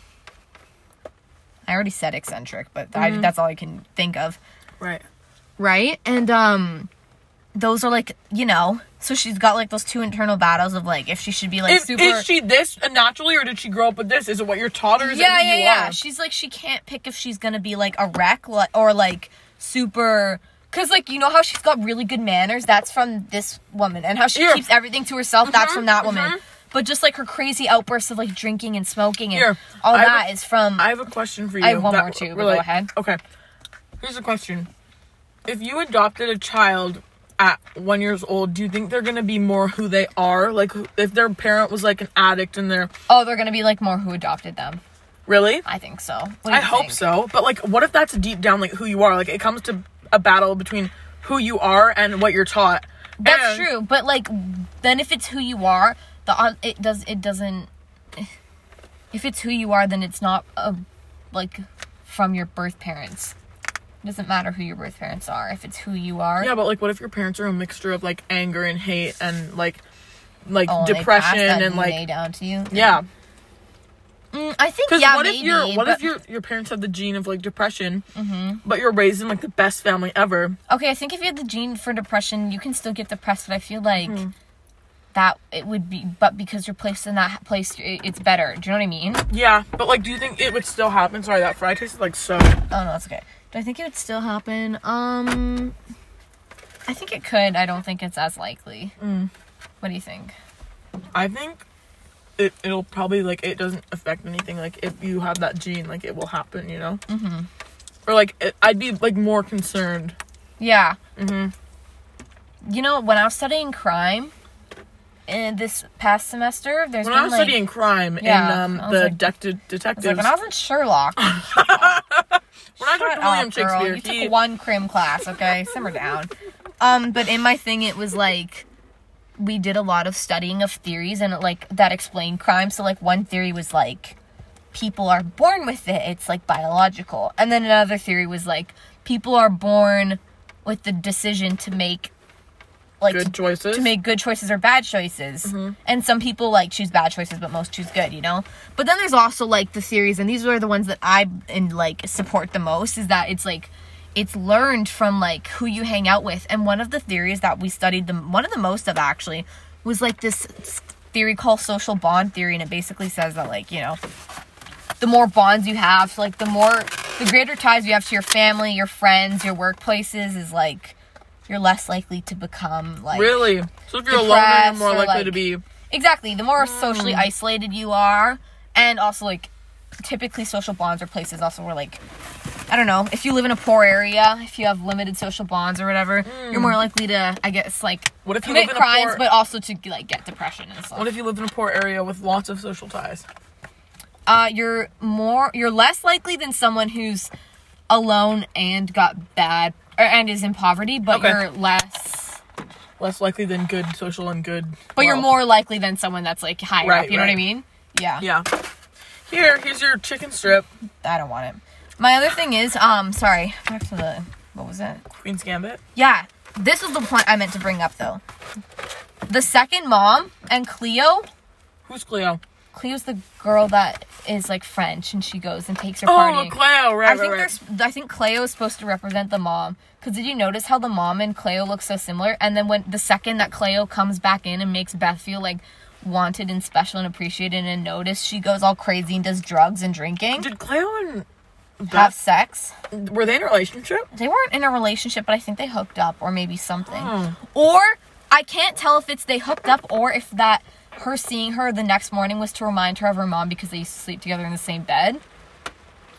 B: i already said eccentric but I, that's all i can think of
A: Right.
B: Mm-hmm. right and um those are like you know so she's got like those two internal battles of like if she should be like
A: Is,
B: super
A: is she this naturally, or did she grow up with this? Is it what you're taught, or is
B: yeah
A: it who
B: yeah
A: you
B: yeah
A: are?
B: she's like she can't pick if she's gonna be like a wreck li- or like super Cause like you know how she's got really good manners, that's from this woman, and how she
A: Yeah.
B: keeps everything to herself,
A: Mm-hmm,
B: that's from that woman. But just like her crazy outbursts of like drinking and smoking and
A: Here,
B: all
A: I have
B: that
A: a-
B: is from.
A: I have a question for you.
B: I have one
A: that
B: more too, but go
A: relate-
B: ahead.
A: Okay. Here's a question. If you adopted a child at one years old, do you think they're gonna be more who they are? Like who- if their parent was like an addict and they're
B: oh, they're gonna be like more who adopted them.
A: really?
B: I think so. What do
A: I
B: you
A: hope
B: think?
A: so. But like what if that's deep down like who you are? Like it comes to a battle between who you are and what you're taught.
B: That's
A: And-
B: true, but like then if it's who you are, the on it does it doesn't. If it's who you are, then it's not a, like from your birth parents. It doesn't matter who your birth parents are. If it's who you are,
A: Yeah, but like what if your parents are a mixture of like anger and hate and like like
B: oh, they pass
A: depression
B: that
A: and
B: DNA
A: like
B: down to you.
A: yeah.
B: Mm, I think
A: Because
B: yeah.
A: what if
B: maybe,
A: your what
B: but- Mm-hmm.
A: if your your parents have the gene of like depression, but you're raised in like the best family ever?
B: Okay, I think if you had the gene for depression, you can still get depressed, but I feel like
A: Hmm.
B: that it would be, but because you're placed in that place, it, it's better. Do you know what I mean?
A: Yeah, but like, do you think it would still happen? Sorry, that fry tasted like so.
B: Oh no, that's okay. Do I think it would still happen? Um, I think it could. I don't think it's as likely.
A: Mm.
B: What do you think?
A: I think it it'll probably like it doesn't affect anything. Like if you have that gene, like it will happen. You know. Mm-hmm. Or like it, I'd be like more concerned.
B: Yeah. Mm-hmm. You know, when I was studying crime, in this past semester, there's
A: When
B: been
A: I was
B: like,
A: studying crime
B: Yeah,
A: in
B: I
A: um,
B: was
A: the
B: like-
A: detective
B: I was
A: detectives,
B: like, when I was in Sherlock,
A: when I talked
B: Shut
A: to William
B: up, girl.
A: Shakespeare,
B: You
A: he-
B: took one crim class, okay? Simmer down. Um, but in my thing, it was like we did a lot of studying of theories and like that explained crime. So like one theory was like people are born with it. It's like biological. And then another theory was like people are born with the decision to make like
A: good
B: to
A: choices. Mm-hmm.
B: to make good choices or bad choices. And some people like choose bad choices, but most choose good, you know? But then there's also like the theories, and these are the ones that I and like support the most is that it's like it's learned from like who you hang out with. And one of the theories that we studied the one of the most of actually was like this s- theory called social bond theory, and it basically says that like, you know, the more bonds you have, so like the more the greater ties you have to your family, your friends, your workplaces is like you're less likely to become like
A: really. So if you're alone, you're
B: depressed
A: more
B: or,
A: likely
B: like-
A: to be.
B: Exactly. The more socially isolated you are, and also like typically social bonds are places also where like I don't know, if you live in a poor area, if you have limited social bonds or whatever, you're more likely to I guess like
A: Hmm. What if you
B: commit
A: live in a
B: crimes
A: poor-
B: but also to like get depression and stuff.
A: What if you live in a poor area with lots of social ties?
B: uh, you're more you're less likely than someone who's alone and got bad or and is in poverty, but
A: Okay.
B: you're less
A: Less likely than good social and good.
B: but you're
A: wealth.
B: more likely than someone that's like higher
A: Right,
B: up, you know what I
A: right.
B: mean? Yeah.
A: Yeah. Here, here's your chicken strip.
B: I don't want it. My other thing is, um, sorry, back to the what was it?
A: Queen's Gambit.
B: Yeah, this was the point I meant to bring up though. The second mom and Cleo.
A: Who's Cleo?
B: Cleo's the girl that is like French, and she goes and takes her
A: Oh,
B: party.
A: Cleo, right,
B: I
A: right,
B: think
A: right.
B: there's. I think Cleo is supposed to represent the mom. Cause did you notice how the mom and Cleo look so similar? And then when the second that Cleo comes back in and makes Beth feel like wanted and special and appreciated and noticed, she goes all crazy and does drugs and drinking,
A: Did Cleo and
B: have
A: Beth,
B: sex.
A: were they in a relationship?
B: they weren't in a relationship, but I think they hooked up or maybe something.
A: Hmm.
B: Or I can't tell if it's they hooked up or if that her seeing her the next morning was to remind her of her mom because they used to sleep together in the same bed.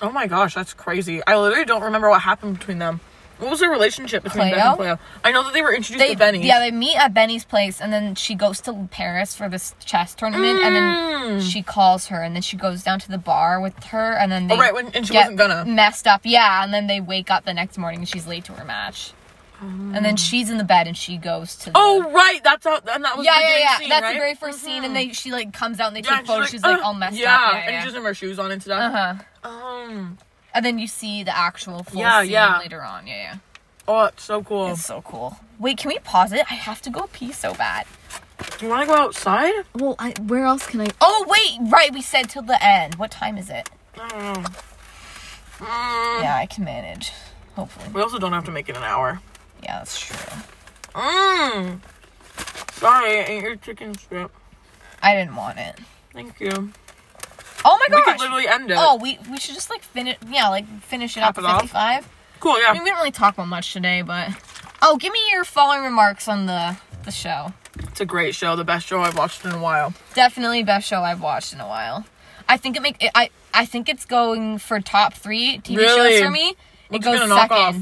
A: Oh my gosh, that's crazy. I literally don't remember what happened between them. What was their relationship between Beth and
B: Cleo?
A: Cleo? I know that they were introduced
B: They
A: to Benny.
B: yeah, they meet at Benny's place and then she goes to Paris for this chess tournament and
A: Hmm.
B: then
A: Mm.
B: she calls her and then she goes down to the bar with her and then they
A: Oh, right, when- and she
B: get
A: wasn't gonna.
B: messed up. Yeah, and then they wake up the next morning and she's late to her match. And then she's in the bed and she goes to the
A: Oh right, that's how, and that was
B: yeah,
A: the
B: yeah,
A: beginning
B: yeah.
A: scene,
B: That's
A: right? Mm-hmm.
B: the very 1st scene, and they she like comes out and they
A: Yeah,
B: take photos. She's like,
A: "Ugh."
B: all messed
A: yeah,
B: up.
A: and she
B: Yeah,
A: doesn't wear shoes on and stuff.
B: uh huh.
A: Um,
B: And then you see the actual full
A: Yeah,
B: scene
A: yeah.
B: later on. Yeah, yeah.
A: oh, it's so cool.
B: It's so cool. Wait, can we pause it? I have to go pee so bad.
A: Do you want to go outside?
B: Well, I, where else can I? Oh wait, right. We said till the end. What time is it?
A: I don't know. Mm,
B: Yeah, I can manage. Hopefully.
A: We also don't have to make it an hour.
B: Yeah, that's true.
A: Mmm. Sorry, I ate your chicken strip.
B: I didn't want it.
A: Thank you.
B: Oh my
A: We could
B: gosh.
A: literally end it.
B: oh, we we should just like finish. Yeah, like finish it
A: Cap
B: up
A: it off?
B: at fifty five.
A: cool.
B: I mean,
A: Yeah,
B: we didn't really talk about much today, but oh, give me your following remarks on the the show.
A: it's a great show. The best show I've watched in a while.
B: Definitely best show I've watched in a while. I think it make it, I I think it's going for top three TV
A: Really?
B: shows for me. It
A: What's it
B: goes
A: gonna
B: second,
A: knock off?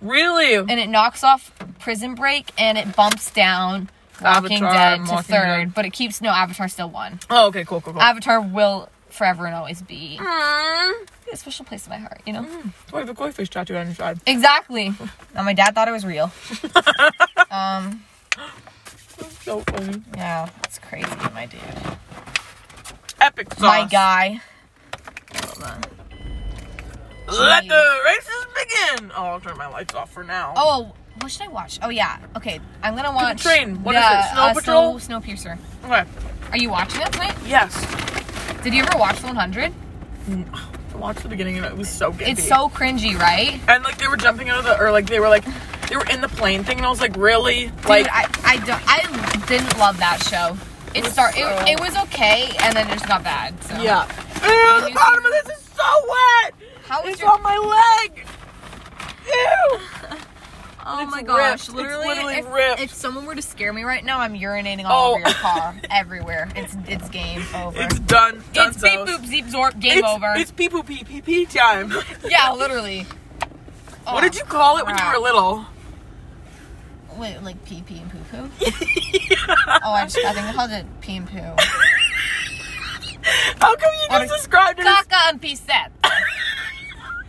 A: Really?
B: and it knocks off Prison Break, and it bumps down Walking
A: Avatar
B: Dead
A: and
B: to
A: Walking
B: third,
A: Dead.
B: but it keeps no Avatar still one.
A: oh, okay. Cool. Cool. Cool.
B: Avatar will forever and always be
A: Mm.
B: a special place in my heart. You know.
A: Oh, I have a koi fish tattoo on your side.
B: Exactly. Now my dad thought it was real. um,
A: So funny.
B: yeah, that's crazy, my dude.
A: Epic sauce.
B: My guy. Hold on.
A: Let the races begin. Oh, I'll turn my lights off for now.
B: Oh, what should I watch? Oh yeah. Okay, I'm gonna watch. uh,
A: train. What is it? Snow Patrol?
B: Snow, Snowpiercer.
A: Okay.
B: Are you watching it tonight?
A: Yes.
B: Did you ever watch the 100?
A: I watched the beginning and it was so good.
B: It's so cringy, right?
A: And like they were jumping out of the or like they were like they were in the plane thing and I was like really like
B: Dude, I I don't I didn't love that show. It
A: was
B: start
A: so-
B: it, it was okay, and then it just got bad. So.
A: uh, yeah. Ew, the bottom of this is so wet.
B: How was
A: It's
B: your?
A: on my leg. Ew.
B: Oh
A: it's
B: my
A: ripped.
B: gosh!
A: It's
B: Literally,
A: literally
B: if,
A: ripped.
B: if someone were to scare me right now, I'm urinating all over
A: Oh.
B: your car, everywhere. It's it's game over.
A: It's done.
B: It's beep
A: Dunzos.
B: boop zeep zorp. Game
A: It's,
B: over.
A: it's pee poo pee pee pee time.
B: yeah, literally.
A: what did you call it when you
B: crap.
A: were little?
B: Oh, Wait, like pee pee and poo poo? Oh, I just I think I called it pee and poo.
A: How come you
B: What
A: just described it?
B: Caca and pisette.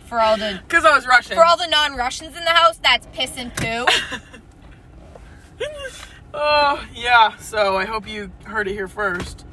B: For all the
A: Because I was rushing.
B: for all the non Russians in the house, that's piss and poo.
A: oh yeah. So I hope you heard it here first.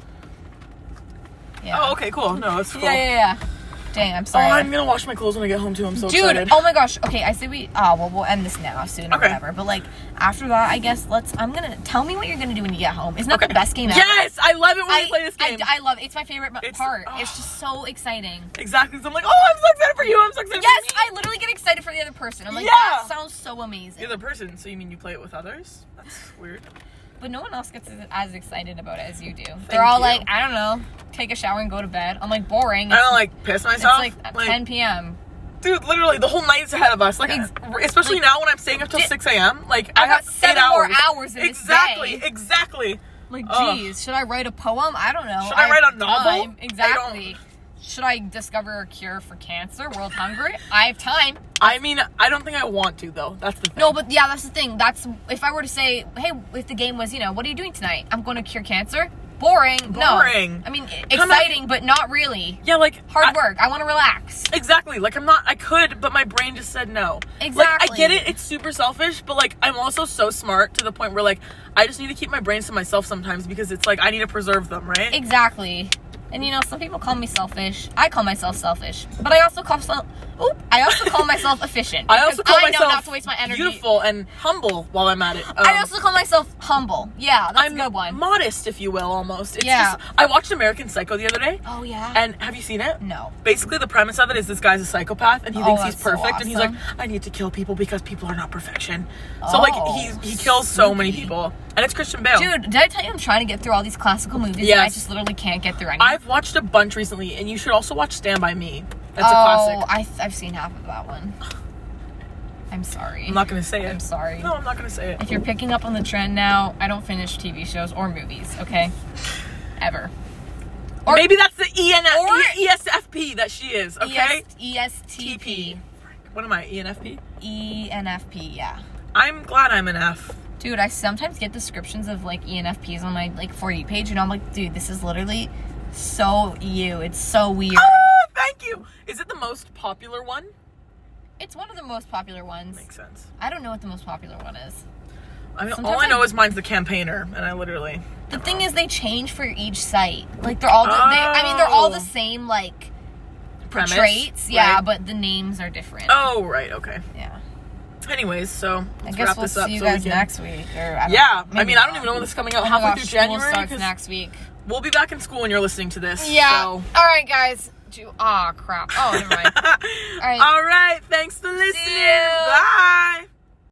B: Yeah.
A: Oh okay, cool. No, it's cool.
B: Yeah, yeah, yeah. Dang, I'm
A: Oh,
B: sorry.
A: I'm gonna wash my clothes when I get home too. I'm so
B: Dude,
A: excited.
B: oh my gosh. Okay, I say we. Ah, well, we'll end this now soon or
A: Okay.
B: whatever. But like after that, I guess let's. I'm gonna tell me what you're gonna do when you get home. Isn't that the best game ever?
A: Yes, I love it when we play this
B: I-
A: game.
B: I, love it. It's my favorite m-
A: It's-
B: part.
A: oh.
B: It's just so exciting.
A: exactly. So I'm like, oh, I'm so excited for you. I'm so excited
B: Yes,
A: for me.
B: I literally get excited for the other person. I'm like,
A: Yeah.
B: that sounds so amazing.
A: You're the person, so you mean you play it with others? That's weird.
B: But no one else gets as- as excited about it as you do. They're all
A: you.
B: like, I don't know, take a shower and go to bed. I'm like, boring.
A: I
B: It's,
A: don't like piss
B: it's
A: myself.
B: like, uh, 10 p.m.
A: dude, literally the whole night's ahead of us. Like,
B: Ex-
A: especially
B: like-
A: now when I'm staying up till
B: Di-
A: 6 a.m. Like,
B: I
A: I, have
B: got seven
A: eight
B: more
A: hours.
B: hours in this
A: exactly,
B: day.
A: exactly.
B: Like,
A: Ugh.
B: geez, should I write a poem? I don't know.
A: Oh. Should I
B: have
A: write a novel?
B: time.
A: I don't-
B: Exactly. should I discover a cure for cancer, world hunger? I have time.
A: I mean, I don't think I want to though. That's the thing.
B: No, but yeah, that's the thing. That's if I were to say, hey, if the game was, you know, what are you doing tonight? I'm going to cure cancer. Boring. No.
A: Boring.
B: I mean, e-
A: Come on.
B: exciting, but not really.
A: Yeah, like
B: Hard
A: I-
B: work. I want to relax.
A: Exactly. Like I'm not. I could, but my brain just said no. Like I
B: Exactly.
A: get it. It's super selfish, but like I'm also so smart to the point where like I just need to keep my brains to myself sometimes because it's like I need to preserve them, right?
B: Exactly. And you know, some people call me selfish. I call myself selfish, but I also call self. Oop! I also call myself efficient.
A: I also
B: because
A: call
B: I
A: myself
B: know not to waste my energy.
A: beautiful and humble while I'm at it. Um,
B: I also call myself humble. Yeah, that's
A: I'm
B: a good one.
A: modest, if you will, almost. It's
B: Yeah.
A: just I watched American Psycho the other day,
B: oh yeah.
A: and have you seen it?
B: no.
A: Basically, the premise of it is this guy's a psychopath, and he
B: Oh,
A: thinks he's
B: that's so
A: perfect, and he's like,
B: awesome.
A: "I need to kill people because people are not perfection." So like
B: Oh,
A: he he kills so many
B: spooky.
A: people, and it's Christian Bale.
B: Dude, did I tell you I'm trying to get through all these classical movies? and I
A: Yes.
B: just literally can't get through any.
A: I've watched a bunch recently, and you should also watch Stand By Me. That's
B: oh,
A: a classic.
B: I th- I've seen half of that one. I'm sorry.
A: I'm not gonna say it.
B: I'm sorry.
A: No, I'm not gonna say it.
B: If you're picking up on the trend now, I don't finish TV shows or movies. Okay. Ever. Or-
A: Maybe that's the EN-
B: or- E
A: E- ESFP that she is. Okay.
B: ES- ESTP.
A: TP. What am I? E ENFP.
B: E ENFP, yeah.
A: I'm glad I'm an F.
B: Dude, I sometimes get descriptions of like E ENFPs on my like 40 page, and I'm like, dude, this is literally so you. It's so weird.
A: Ah, thank you. Is it the most popular one?
B: It's one of the most popular ones.
A: Makes sense.
B: I don't know what the most popular one is.
A: I mean, all
B: Sometimes
A: I know
B: I-
A: is mine's the campaigner, and I literally.
B: The thing is, they change for each site. Like they're all, the, they, I mean, they're all the
A: Oh.
B: same like
A: Premise.
B: traits, yeah,
A: right?
B: but the names are different.
A: Oh right, okay.
B: Yeah.
A: Anyways, so
B: I
A: let's
B: guess
A: wrap
B: we'll
A: this up.
B: see you
A: so
B: guys
A: we can...
B: next week. Or I don't,
A: Yeah, I
B: maybe
A: mean, I don't
B: not.
A: even know when this is coming
B: Oh
A: out.
B: my
A: Halfway
B: gosh,
A: through
B: school
A: January.
B: starts
A: 'cause
B: next week.
A: We'll be back in school when you're listening to this.
B: Yeah.
A: so-
B: All right, guys. Do- Aw, crap. Oh, never mind.
A: All
B: right.
A: right. Thanks for listening.